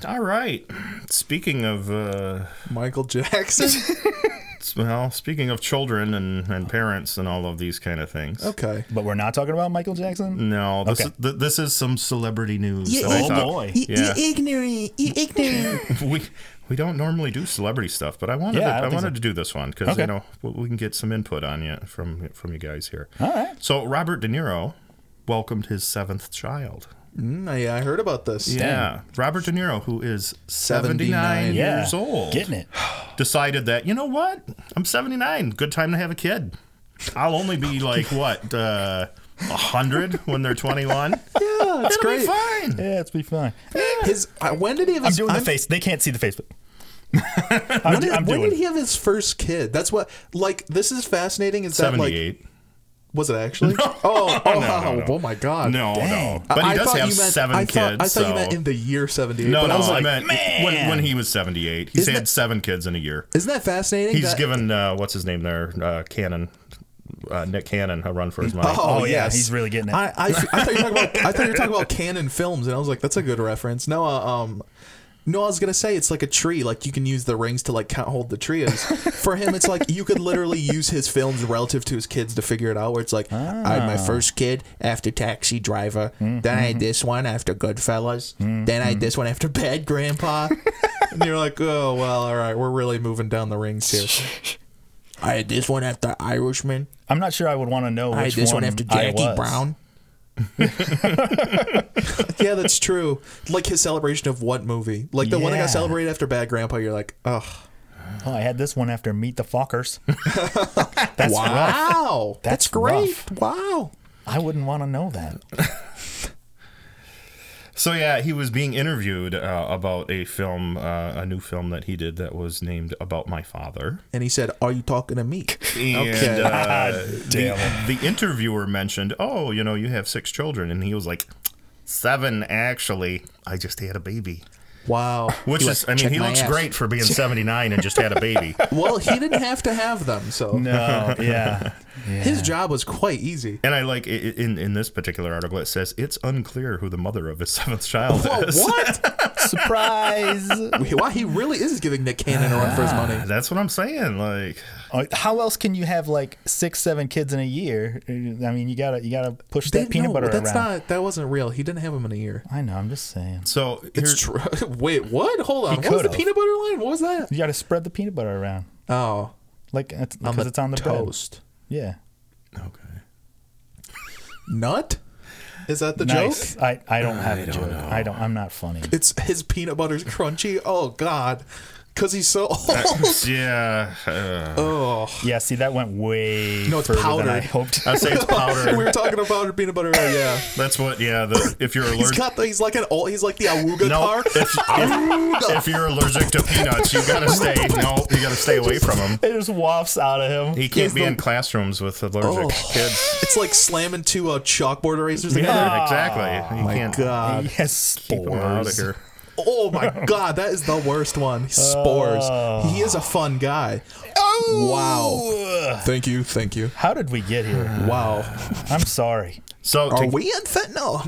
All right. Speaking of, uh, Michael [laughs] Jackson. s- well, speaking of children and, and parents and all of these kind of things. okay. But we're not talking about Michael Jackson? No, this, Okay. is, th- this is some celebrity news. that I Oh thought- boy. Yeah. ignorant. You ignorant. we we don't normally do celebrity stuff, but I wanted Yeah, to, I I, don't think wanted to so. do this one because Okay. you know we- we can get some input on you from from you guys here. All right. So Robert De Niro welcomed his seventh child. Mm, yeah, I heard about this. Yeah, Robert De Niro, who is seventy 79. nine Yeah. years old, Getting it. decided that you know what, I'm seventy nine. Good time to have a kid. I'll only be [laughs] like what uh, hundred when they're twenty one. Yeah, it's It'll be [laughs] great. fine. Yeah, it's be fine. His uh, when did he have I'm his doing the I'm- face. They can't see the face. But I'm, When, did, I'm when doing did he have his first kid? That's what like this is fascinating. Is that Seventy like eight. was [laughs] it actually? Oh, oh, no, no. oh my god. no, dang. no. But he I- I does thought have you meant- seven I kids. Thought, I thought so. you meant in the year 78. No, but no, I was like, meant when, when he was 78. He's Isn't had that- seven kids in a year. isn't that fascinating? He's that- given, uh, what's his name there? Uh, Cannon. Uh, Nick Cannon a run for his money. Oh, yeah, he's really getting it. I, I, I thought you were talking about I thought you were talking about Canon films, and I was like, that's a good reference. No, uh, um, no, I was gonna say it's like a tree. Like you can use the rings to like count, hold the tree. is. For him, it's like you could literally use his films relative to his kids to figure it out. Where it's like, I had my Ah. first kid after Taxi Driver, then I Mm-hmm. had this one after Goodfellas, then I had this one after Bad [laughs] Grandpa. and you're like, oh well, all right, we're really moving down the rings here. [laughs] I had this one after Irishman. I'm not sure I would want to know which I had this one after I Jackie was. Brown. Yeah, that's true. Like his celebration of what movie? Like the one that Yeah. got celebrated after Bad Grandpa. You're like, ugh, Oh, I had this one after Meet the Fockers. That's rough. wow, That's that's great. Wow. I wouldn't want to know that. So, yeah, he was being interviewed uh, about a film, uh, a new film that he did that was named About My Father. And he said, "Are you talking to me?" And [laughs] Okay. uh, Damn it. the interviewer mentioned, oh, you know, you have six children. And he was like, seven, actually. I just had a baby. Wow. Which like, is, I mean, "Check he my looks ass." great for being 79 and just had a baby. Well, he didn't have to have them, so No, yeah. his job was quite easy. And I like i- i- in in this particular article it says it's unclear who the mother of his [laughs] seventh child Whoa, is. what? Surprise. wow, he really is giving Nick Cannon a run for his money. That's what I'm saying. Like, Oh, How else can you have like six, seven kids in a year? I mean, you gotta, you gotta push They- that peanut no, butter that's around. not. That wasn't real. He didn't have him in a year. I know. I'm just saying. so It's here- true. [laughs] Wait, what? Hold on. What was the could've. peanut butter line? What was that? You gotta spread the peanut butter around, Oh, like it's, because it's on the toast. bread. Yeah. okay. Nut? Is that the joke? nice. I, I don't have a joke. I don't. I'm not funny. it's his peanut butter's crunchy. Oh God, because he's [laughs] so [laughs] old. Yeah, uh, oh, Yeah. See, that went way No, it's further than I powdered. [laughs] hoped. I [laughs] say it's we powder. were talking about peanut butter. Oh, yeah, [laughs] That's what. Yeah, the, if you're he's allergic, got the, he's like an old. He's like the awooga No, car. [laughs] if- Awooga. if you're allergic to peanuts, you gotta [laughs] stay. No, you gotta stay away from him. It just wafts out of him. He can't He's be the- in classrooms with allergic Oh. kids. it's like slamming two uh, chalkboard erasers together. Yeah, exactly. You can't He Oh God. has keep him out of Uh, spores. here. Oh my God, that is the worst one. Spores. He is a fun guy. Oh. Wow. Thank you. Thank you. How did we get [sighs] here? Wow. I'm sorry. So Are to [laughs] we in fentanyl?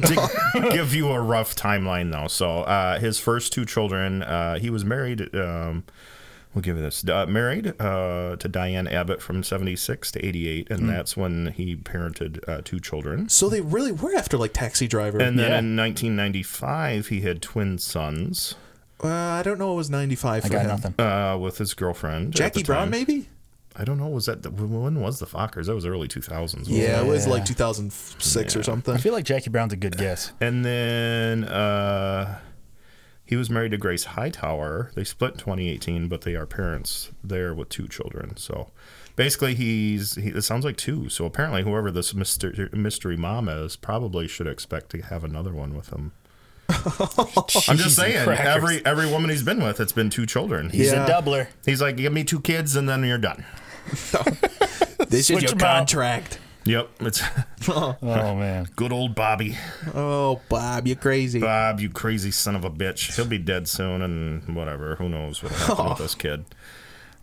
to [laughs] give you a rough timeline though so uh, his first two children uh, he was married um, We'll give you this. Uh, married uh, to Diane Abbott from 76 to 88, Hmm. and that's when he parented uh, two children. [laughs] So they really were after like Taxi Driver. And then Yeah. in 1995, he had twin sons uh, I don't know. It was ninety five. I got nothing. uh, with his girlfriend. at Jackie the Brown, time. maybe. I don't know. Was that the, when was the Fockers? That was early 2000s. wasn't Yeah, it was Yeah. like two thousand six [laughs] or something. I feel like Jackie Brown's a good guess. And then uh, he was married to Grace Hightower. They split in 2018, but they are parents there with two children. So basically, he's he, it sounds like two. So apparently, whoever this mystery, mystery mom is probably should expect to have another one with him. [laughs] I'm just saying, every every woman he's been with, it's been two children. He's Yeah. [laughs] a doubler. He's like, give me two kids, and then you're done. This Switch is your 'em out. contract. Yep, it's [laughs] Oh man. good old Bobby. Oh, Bob, you're crazy. Bob, you crazy son of a bitch. He'll be dead soon and whatever. Who knows what'll happen with this kid.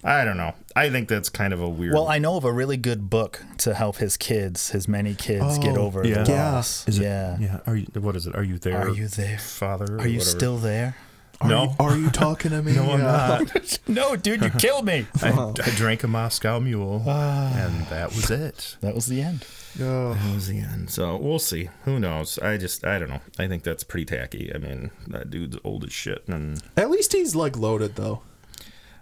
I don't know. I think that's kind of a weird Well, I know of a really good book to help his kids, his many kids, get over Oh, yeah. the Yeah. loss. Is it- yeah. Yeah. Are you what is it? Are you there? Are you there? Father? or Are you whatever? [laughs] still there? No. Are you [laughs] talking to me? no, I'm Yeah. not. no, dude, [laughs] you killed me. I, I drank a Moscow mule and that was it. That was the end. Oh. That was the end. So we'll see. Who knows? I just I don't know. I think that's pretty tacky. I mean, that dude's old as shit and At least he's like loaded though.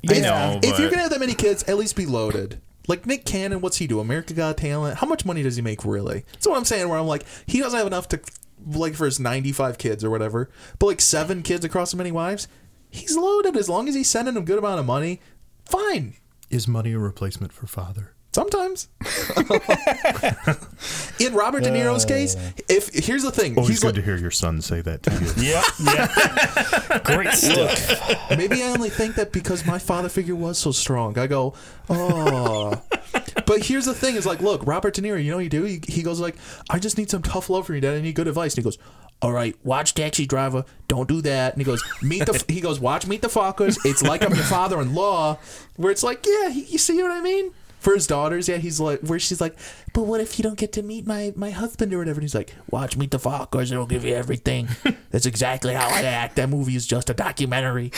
I know, if you're but- gonna have that many kids, at least be loaded. Like Nick Cannon, what's he do? America Got Talent. How much money does he make really? That's what I'm saying. Where I'm like, he doesn't have enough to like for his 95 kids or whatever. But like seven kids across how many wives? He's loaded as long as he's sending them good amount of money. Fine. is money a replacement for father? Sometimes. [laughs] In Robert De Niro's case, if here's the thing, Always he's good like, to hear your son say that to you. Yep. Yeah. [laughs] Great stuff. maybe I only think that because my father figure was so strong. I go, oh. but here's the thing: is like, look, Robert De Niro. You know what you do? He, he goes like, I just need some tough love from you, Dad. I need good advice. And he goes, All right, watch Taxi Driver. Don't do that. And he goes, Meet the. he goes, Watch Meet the Fockers. It's like I'm your father-in-law. Where it's like, yeah, he, you see what I mean? For his daughters, yeah, he's like, where she's like, but what if you don't get to meet my my husband or whatever? And he's like, watch Meet the Fockers, it'll give you everything. [laughs] That's exactly how I act. That movie is just a documentary.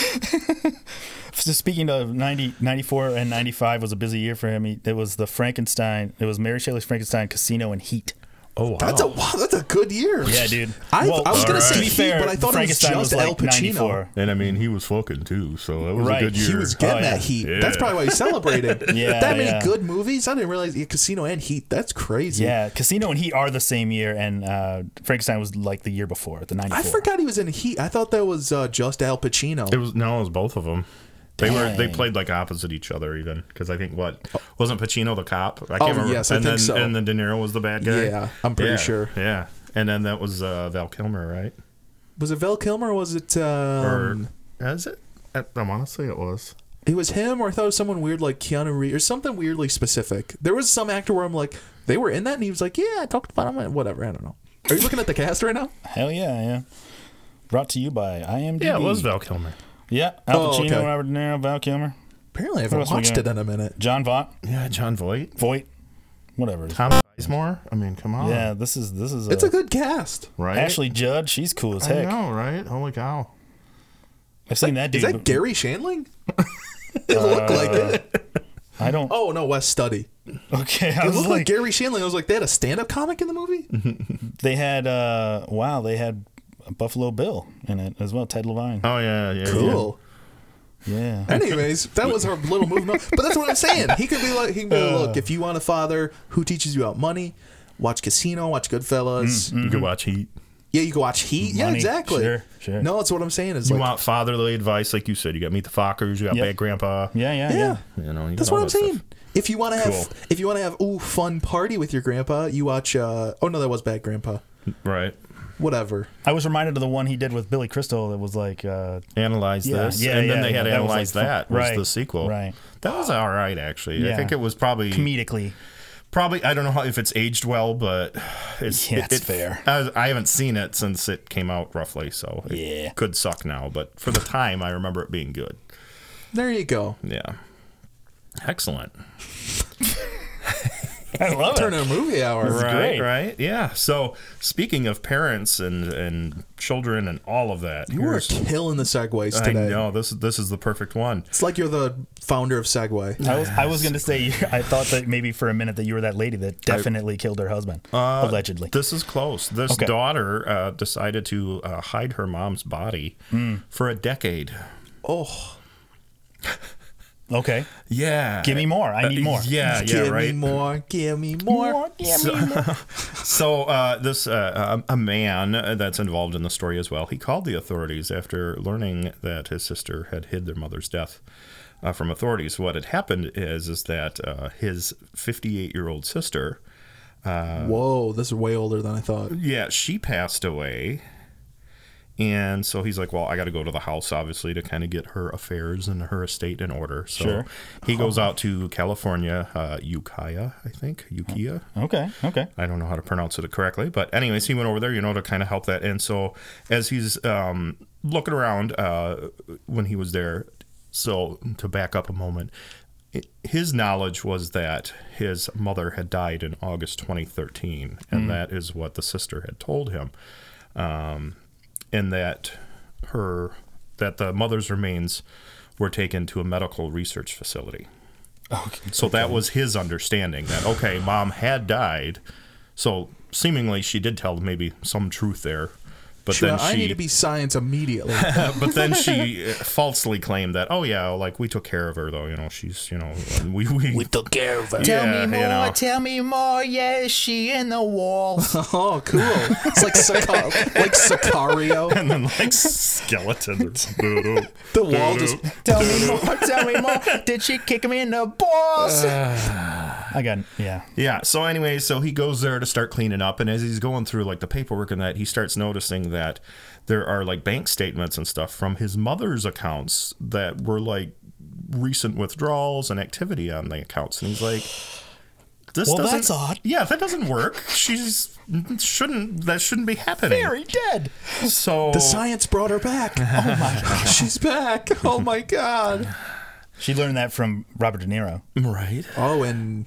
So speaking of 90, 94 and 95 was a busy year for him. He, it was the Frankenstein. It was Mary Shelley's Frankenstein, Casino, and Heat. Oh wow. That's a wow. That's a good year. Yeah, dude. I- I was gonna say to be Heat, fair, but I thought it was Frankenstein just like Al Pacino. 94. And I mean, he was fucking too, so that was Right, a good he year. He was getting Oh, yeah. that heat. Yeah. That's probably why he celebrated. [laughs] Yeah, that many yeah. good movies. I didn't realize yeah, Casino and Heat. That's crazy. Yeah, Casino and Heat are the same year, and uh, Frankenstein was like the year before, the 94. I forgot he was in Heat. I thought that was uh, just Al Pacino. It was no, it was both of them. They were they Dang. played like opposite each other even because I think what wasn't Pacino the cop? I can't Oh, remember. yes, I and think then so. and then De Niro was the bad guy. Yeah, I'm pretty Yeah, sure. Yeah, and then that was uh, Val Kilmer, right? was it Val Kilmer? Or was it? Or Um, is it? I, I want to say it was. it was him, or I thought it was someone weird like Keanu Reeves, or something weirdly specific. There was some actor where I'm like, they were in that, and he was like, yeah, I talked about him. Whatever. I don't know. Are you looking at the cast right now? Hell yeah, yeah. Brought to you by IMDb. Yeah, it was Val Kilmer. Yeah, Al Oh, Pacino, okay. Robert De Niro, Val Kilmer, Apparently, I Who else haven't we watched got? it in a minute. John Voight, Yeah, John Voight, Voight, whatever. it is. Tom Sizemore. I mean, come on. Yeah, this is this is It's a good cast. right. Ashley Judd. She's cool as I heck. know, right? Holy cow. I've seen that, Is dude. that Gary Shandling? [laughs] it looked like Uh, it. I don't. Oh no, West Study. Okay, I It was looked like, like, Gary Shandling. I was like, they had a stand-up comic in the movie. they had. uh Wow, they had Buffalo Bill in it as well. Ted Levine. Oh yeah, yeah. Cool. [laughs] Yeah. Anyways, that was her little movement. But that's what I'm saying. He could be like, he could be like, Uh. look, if you want a father who teaches you about money, watch Casino, watch Goodfellas. Yeah. You could watch Heat. Yeah, you can watch Heat. yeah, Money, exactly. sure, sure. No, that's what I'm saying. Is You like, want fatherly advice, like you said. You got Meet the Fockers. You got Yep. Bad Grandpa. Yeah, yeah, yeah. yeah. You know, you That's got all what I'm that stuff. saying. If you want to have, Cool. if you want to have, ooh, fun party with your grandpa, you watch. uh Oh no, that was Bad Grandpa. Right. Whatever. I was reminded of the one he did with Billy Crystal that was like, uh, analyze Yeah, this, yeah, and then yeah, they yeah, had that was, like, analyze fun- that was right, the sequel. right. that was all right actually. I Yeah. think it was probably comedically. probably I don't know how, if it's aged well, but [sighs] it's Yeah, it- it's it- fair. I, I haven't seen it since it came out roughly, so it Yeah. could suck now. But for the time, I remember it being good. There you go. Yeah, excellent. I love Turn it. a movie hour. right, great. right, yeah. So speaking of parents and and children and all of that, You are here's- killing the segues I today. know this this is the perfect one. It's like you're the founder of Segway. I was, I was going to say, I thought that maybe for a minute that you were that lady that definitely killed her husband, allegedly. This is close. This Okay. daughter uh, decided to uh, hide her mom's body for a decade. okay. Yeah. Uh, Give me more. I need more. [laughs] Yeah, yeah, give me right. more. Give me more. So uh, this uh, a a man that's involved in the story as well. He called the authorities after learning that his sister had hid their mother's death uh, from authorities. What had happened is is that uh, his 58 year old sister, Uh, Whoa, this is way older than I thought. yeah, she passed away, and so he's like, well, I got to go to the house obviously to kind of get her affairs and her estate in order. So Sure. he goes out to California, uh, Ukiah, I think, Ukiah. Okay. Okay. I don't know how to pronounce it correctly, but anyways, he went over there, you know, to kind of help that. And so as he's um, looking around uh, when he was there, so to back up a moment, i- his knowledge was that his mother had died in August 2013, and that is what the sister had told him, um, and that her that the mother's remains were taken to a medical research facility. So that was his understanding that okay, mom had died. So seemingly she did tell maybe some truth there, but Sure, then she I need to be science [laughs] immediately. but then she [laughs] uh, falsely claimed that oh yeah, like we took care of her though, you know, she's you know we we, took care of it. Tell Yeah, me more. you know. Tell me more. Yeah, is she in the wall. [laughs] oh, cool. It's like, Sicar- like Sicario. and then [laughs] like [laughs] skeletons. The wall just. tell me more. Tell me more. Did she kick me in the balls? I got. Yeah. yeah. So anyway, so he goes there to start cleaning up, and as he's going through like the paperwork and that, he starts noticing that there are like bank statements and stuff from his mother's accounts that were like recent withdrawals and activity on the accounts, and he's like. This Well, doesn't- that's odd. Yeah, that doesn't work. She's shouldn't that shouldn't be happening. Very dead. So The science brought [laughs] her back. Oh my god. She's back. Oh my god. She learned that from Robert De Niro, right, Oh, and.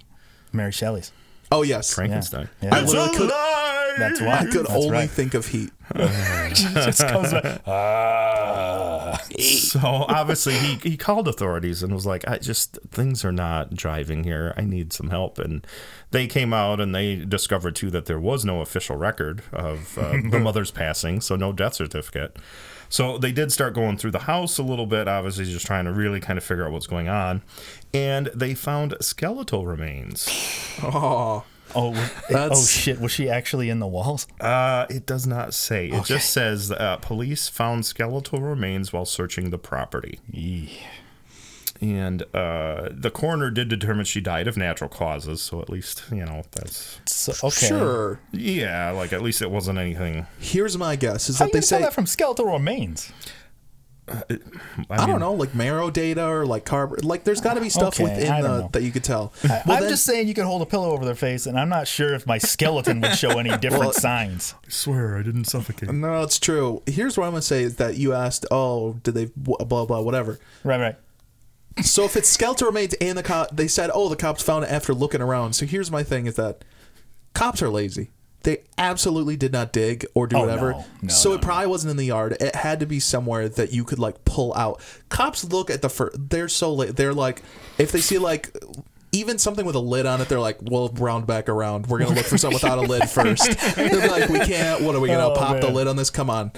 Mary Shelley's. Oh, yes. Frankenstein. Yeah. I literally could, Alive! That's why. I could That's only right. think of heat. just comes up. So obviously he, he called authorities and was like, I just things are not driving here. I need some help. And they came out and they discovered too that there was no official record of uh, the mother's passing, so no death certificate. So they did start going through the house a little bit, obviously just trying to really kind of figure out what's going on. And they found skeletal remains. Oh. Oh, was- oh That's- shit! Was she actually in the walls? Uh, it does not say. It just says uh, police found skeletal remains while searching the property. And uh, the coroner did determine she died of natural causes, so at least you know that's So, okay. Sure. yeah, like at least it wasn't anything. Here's my guess is How that do you they tell say that from skeletal remains? I don't know, like marrow data or like carbon. Like, there's got to be stuff Okay, I within don't the, know. that you could tell. I'm just saying you could hold a pillow over their face, and I'm not sure if my skeleton would show any different signs. I swear I didn't suffocate. No, it's true. Here's what I'm gonna say is that you asked, oh, did they blah blah, blah whatever. Right, right. So if it's skeletal remains and the cop, they said, oh, the cops found it after looking around. So here's my thing is that cops are lazy. They absolutely did not dig or do Oh, whatever. no. No, so no, it probably wasn't in the yard. It had to be somewhere that you could like pull out. Cops look at the first. They're so late. They're like, if they see like even something with a lid on it, they're like, we'll round back around. We're gonna look for something without [laughs] a lid first. they're like, we can't. What are we gonna Oh, pop the man. lid on this? Come on.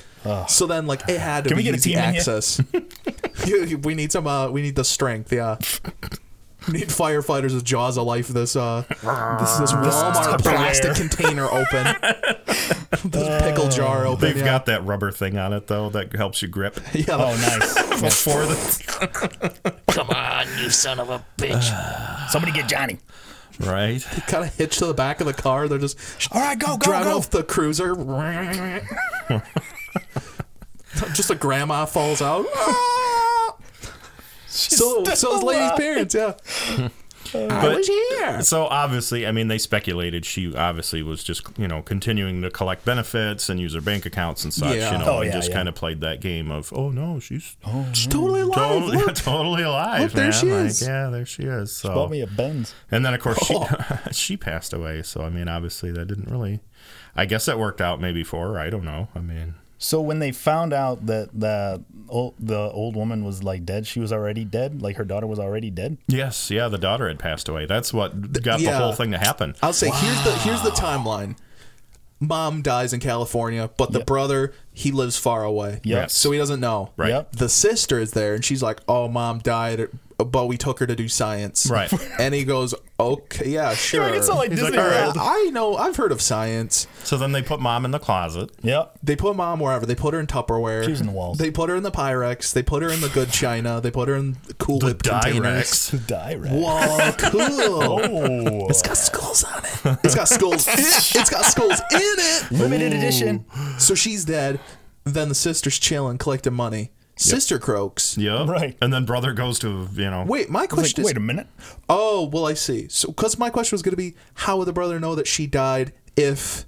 So then like it had to Can we be get a easy team in here? [laughs] access. You- we need some. Uh, we need the strength. Yeah. We need firefighters with jaws of life. This uh, this this Walmart plastic container open. [laughs] this pickle jar open. They've yeah. got that rubber thing on it though that helps you grip [laughs] yeah. Oh, nice. before the Come on, you son of a bitch. Somebody get Johnny. right. kind of hitched to the back of the car. They're just All right, go, go, driving go. off [laughs] the cruiser. just a grandma [laughs] falls out. so so still his lady's alive. parents. Yeah. But- was here. So obviously, I mean, they speculated she obviously was just you know continuing to collect benefits and use her bank accounts and such, Yeah. you know, Oh, and yeah, just yeah. kind of played that game of oh no, she's She's Mm, totally alive. totally [laughs] [laughs] look. totally alive, Look, there man. she Like, is. yeah, there she is. So Bought me a Benz. and then of course she [laughs] she passed away. So I mean, obviously that didn't really. I guess that worked out maybe for her. I don't know. I mean, So when they found out that the old, the old woman was like dead, she was already dead. Like her daughter was already dead. yes, yeah, the daughter had passed away. That's what got the yeah. Uh, whole thing to happen. I'll say here's the here's the timeline. Mom dies in California, but the brother he lives far away. Yes. so he doesn't know. Right. Yep. The sister is there, and she's like, "Oh, mom died, but we took her to do science." Right. [laughs] And he goes, [laughs] "Okay, yeah, sure." it's not like He's like, Disney "All Yeah, World. I know. I've heard of science. So then they put mom in the closet. Yep. They put mom wherever. They put her in Tupperware. She was in the walls. They put her in the Pyrex. They put her in the good china. They put her in the Cool The Whip [laughs] containers. Direx. Direct. Whoa, cool. Oh, It's got skulls on it. It's got [laughs] skulls. it's got skulls in it. limited edition. So she's dead. Then the sister's chilling, collecting money. Sister croaks. Yep. Right. And then brother goes to you know. Wait, my I was question like, wait a is. minute. Oh, well, I see. So, because my question was going to be, how would the brother know that she died if?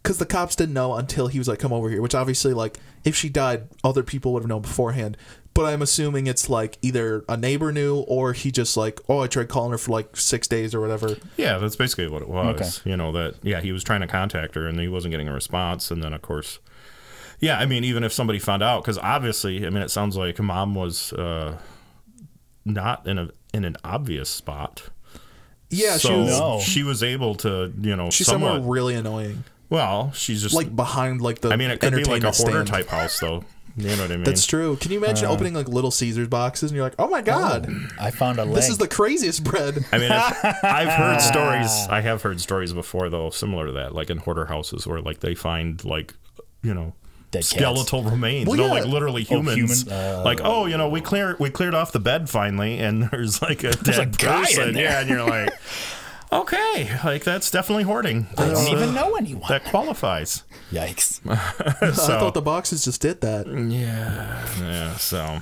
Because the cops didn't know until he was like, "Come over here," which obviously, like, if she died, other people would have known beforehand. But I'm assuming it's like either a neighbor knew or he just like, oh, I tried calling her for like six days or whatever. Yeah, that's basically what it was. You know that yeah, he was trying to contact her and he wasn't getting a response and then of course yeah, I mean even if somebody found out cuz obviously, I mean it sounds like mom was uh not in a in an obvious spot. Yeah, she so was. No. she was able to, you know, She's somewhat somewhere really annoying, well, she's just like behind like the. I mean it could be like a entertainment hoarder stand. type Uh, house though. You know what I mean? That's true. Can you imagine opening like Little Caesars boxes and you're like, oh my god, I found a leg. this is the [laughs] craziest bread. [laughs] I mean, if, I've heard stories. [laughs] I have heard stories before, though, similar to that, like in hoarder houses, where like they find like, you know, Dead cats. skeletal remains. Well, no, yeah. like literally humans. human? Uh, like, oh, you know, we clear we cleared off the bed finally, and [laughs] there's like a dead a guy in person. there. Yeah, and you're [laughs] like, okay, like that's definitely hoarding. I [laughs] don't That's, even uh, know anyone. That qualifies. Yikes. I thought the boxes just did that. Yeah. So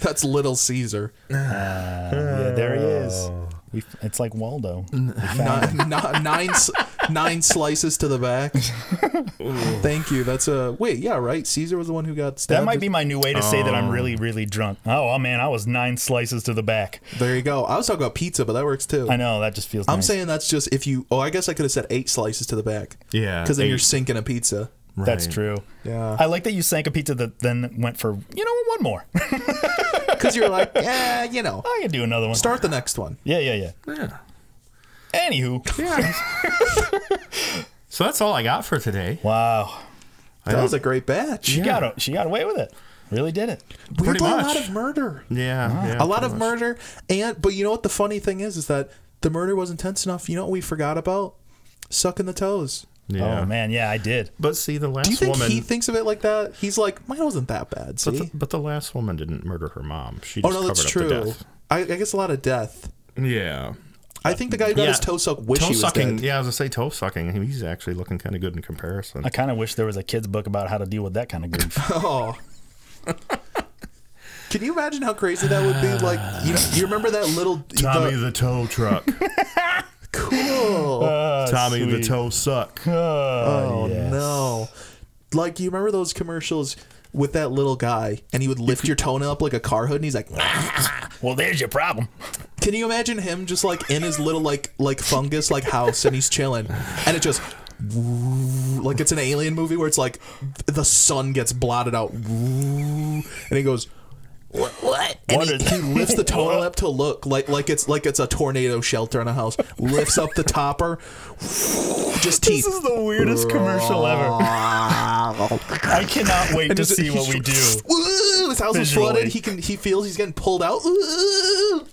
That's Little Caesar, yeah, there he is. We, it's like Waldo. [laughs] [laughs] Ni- ni- nine s- nine slices to the back. [laughs] Thank you. That's a wait. Yeah, right. Caesar was the one who got stabbed. That might be my new way to say that I'm really, really drunk. Oh, oh, man, I was nine slices to the back. There you go. I was talking about pizza, but that works too. I know that just feels. I'm nice. saying that's just if you. Oh, I guess I could have said eight slices to the back. Yeah, because then you're eight. sinking a pizza. that's Right. true. Yeah. I like that you sank a pizza that then went for you know one more. [laughs] Because you're like, yeah, you know, I can do another one. start the next one. Yeah, yeah, yeah. yeah. Anywho, So that's all I got for today. [laughs] wow, That was a great batch. she got a, she got away with it. Really did it. Pretty Weirdly, much. a lot of murder. Yeah. yeah a lot of murder, and but you know what? The funny thing is, is that the murder was intense enough. You know what we forgot about? Sucking the toes. Yeah. Oh man, yeah, I did. But see, the last Do you think woman. he thinks of it like that? He's like, mine wasn't that bad. See? But the, but the last woman didn't murder her mom. She oh just no, covered that's up the true. death. I, I guess a lot of death. Yeah. I think the guy who got Yeah. his toe sucked wish toe he was sucking. dead. Yeah, I was gonna say toe sucking. He's actually looking kind of good in comparison. I kind of wish there was a kids book about how to deal with that kind of grief. Oh. Can you imagine how crazy that would be? Like, you, you remember that little the- tow [laughs] truck. cool. Tommy the sweet. toe suck. Oh no! Like you remember those commercials with that little guy, and he would lift your toenail up like a car hood, and he's like, [laughs] well, there's your problem. "Can you imagine him just like in his little like like fungus like house, and he's chilling, and it just." [laughs] Like it's an alien movie where it's like the sun gets blotted out, and he goes, What? What? and What he, is- he [laughs] lifts the toenail up to look like like it's like it's a tornado shelter in a house. Lifts up the topper, [laughs] just teeth. This is the weirdest commercial ever. I cannot wait to just- see what we do. Ooh, his house is Visually. flooded. He can. He feels he's getting pulled out. Ooh.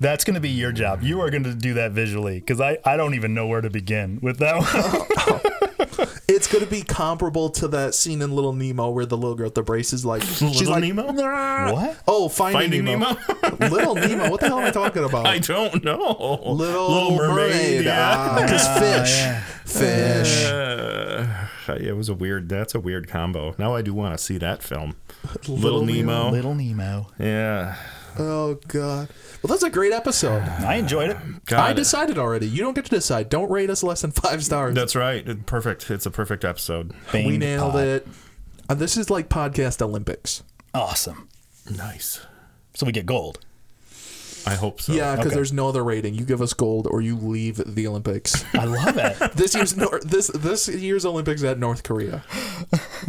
That's going to be your job. You are going to do that visually because I, I don't even know where to begin with that one. It's gonna be comparable to that scene in Little Nemo where the little girl with the braces like she's Little like Nemo? "Nah." What? Oh, Finding Finding, [laughs] Nemo. little Nemo. What the hell am I talking [laughs] about? I don't know. little, Mermaid. yeah. [laughs] Ah, just fish. Fish. Uh, yeah, it was a weird. That's a [laughs] weird combo. Now I do want to see that film. Little, Nemo. Little Nemo. Yeah. Oh God. Well, that's a great episode. I enjoyed it. I God, decided already. You don't get to decide. Don't rate us less than five stars. that's right. Perfect. It's a perfect episode. Banged we nailed pod. it. Uh, this is like podcast Olympics. Awesome. Nice. So we get gold. I hope so. yeah, because okay. there's no other rating. You give us gold, or you leave the Olympics. I love it. this year's nor- this this year's Olympics at North Korea.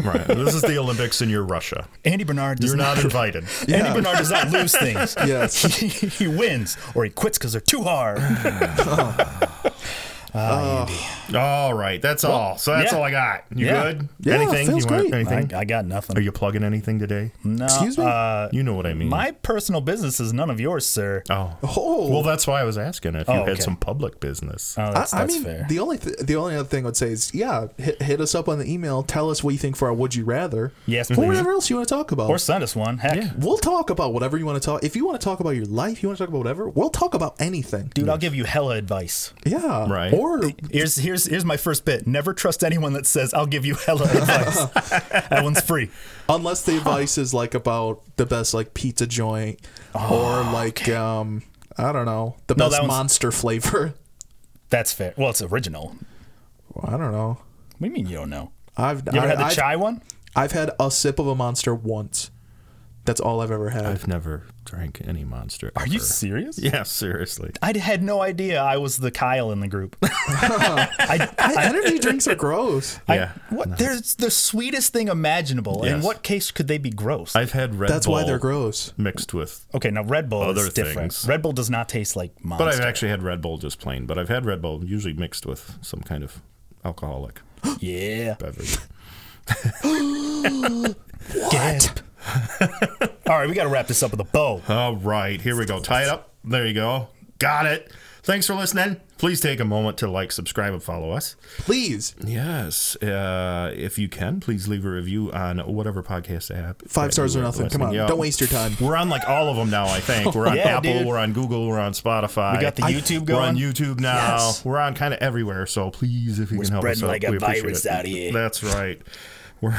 Right. This is the Olympics and you're Russia. [laughs] Andy Bernard does You're not invited. Andy Bernard does not lose things. [laughs] Yes. he, he wins or he quits because they're too hard. All right. That's all. So that's yeah. all I got. You Yeah. good? Yeah, anything? feels you want great. I, anything? I got Are nothing. you plugging anything today? No, uh, Excuse me. you know what I mean. my personal business is none of yours, sir. oh. oh, Well, that's why I was asking if you Oh, had okay. some public business. Oh, I, that's, I that's mean, fair. the only th- the only other thing I would say is, yeah, hit, hit us up on the email. Tell us what you think for our Would You Rather. Yes, Or please. whatever else you want to talk about. or send us one. Heck, We'll talk about whatever you want to talk. If you want to talk about your life, you want to talk about whatever. We'll talk about anything. dude, I'll give you hella advice. Yeah. Right. Or Here's here's here's my first bit. Never trust anyone that says I'll give you [laughs] hella advice. that one's free. unless the advice is like about the best like pizza joint or like um I don't know the Oh, No, that best one's- monster flavor. [laughs] That's fair. Well, it's original. Well, I don't know. What do you mean you don't know? I've You ever I, had the I've, chai one? I've had a sip of a monster once. That's all I've ever had. I've never drank any monster. Are you serious? [laughs] Yeah, seriously. I had no idea I was the Kyle in [laughs] the group. I, I- energy drinks [laughs] are gross. I- Yeah. what? They're the sweetest thing imaginable. In Yes. what case could they be gross? I've had Red That's Bull why they're gross. mixed with. okay, now Red Bull Other is different. things. Red Bull does not taste like monster. But I've actually had Red Bull just plain. But I've had Red Bull usually mixed with some kind of alcoholic yeah. beverage. [laughs] Gasp. All right, we got to wrap this up with a bow. All right, here we go. Tie it up. There you go. Got it. Thanks for listening. Please take a moment to like, subscribe, and follow us. Please, Yes, uh, if you can, please leave a review on whatever podcast app. five that stars you or are nothing. Come listening. Yeah. on, don't waste your time. We're on like all of them now. I [laughs] think we're on Yeah, Apple, dude. we're on Google, we're on Spotify. We got the YouTube We're on going. YouTube now. Yes. We're on kind of everywhere. So please, if you can help us spreading out, like we a appreciate virus it. out here. That's right. We're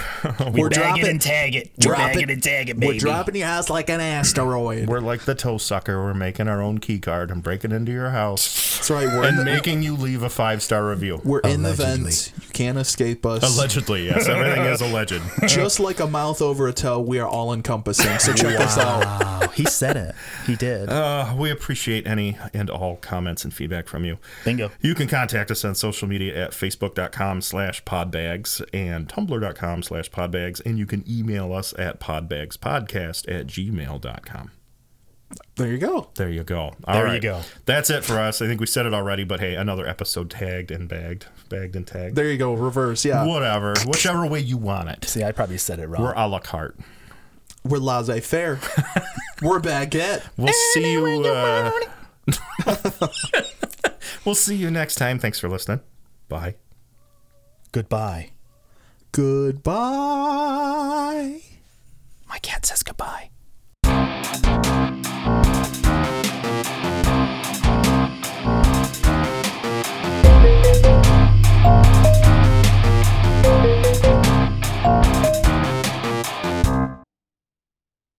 We bag dropping- it and tag it. We Drop bag it. it. and tag it, baby. We're dropping your ass like an asteroid. we're like the toe sucker. We're making our own key card and breaking into your house That's right. We're in and the, making you leave a five star review. we're in the vent. You can't escape us. Allegedly, yes. Everything is alleged. Just like a mouth over a toe, we are all encompassing. So check us out. Oh, he said it. He did. [laughs] Uh, we appreciate any and all comments and feedback from you. Bingo. You can contact us on social media at facebook.com slash podbags and tumblr.com slash podbags, and you can email us at podbagspodcast at gmail.com. There you go. There you go. All There you right. go. That's it for us. I think we said it already, but hey, another episode tagged and bagged. Bagged and tagged. There you go. Reverse. Yeah. Whatever. Whichever way you want it. See, I probably said it wrong. We're a la carte. We're laissez faire. [laughs] We're baguette. We'll see you. Uh, [laughs] we'll see you next time. Thanks for listening. Bye. goodbye. Goodbye. My cat says goodbye.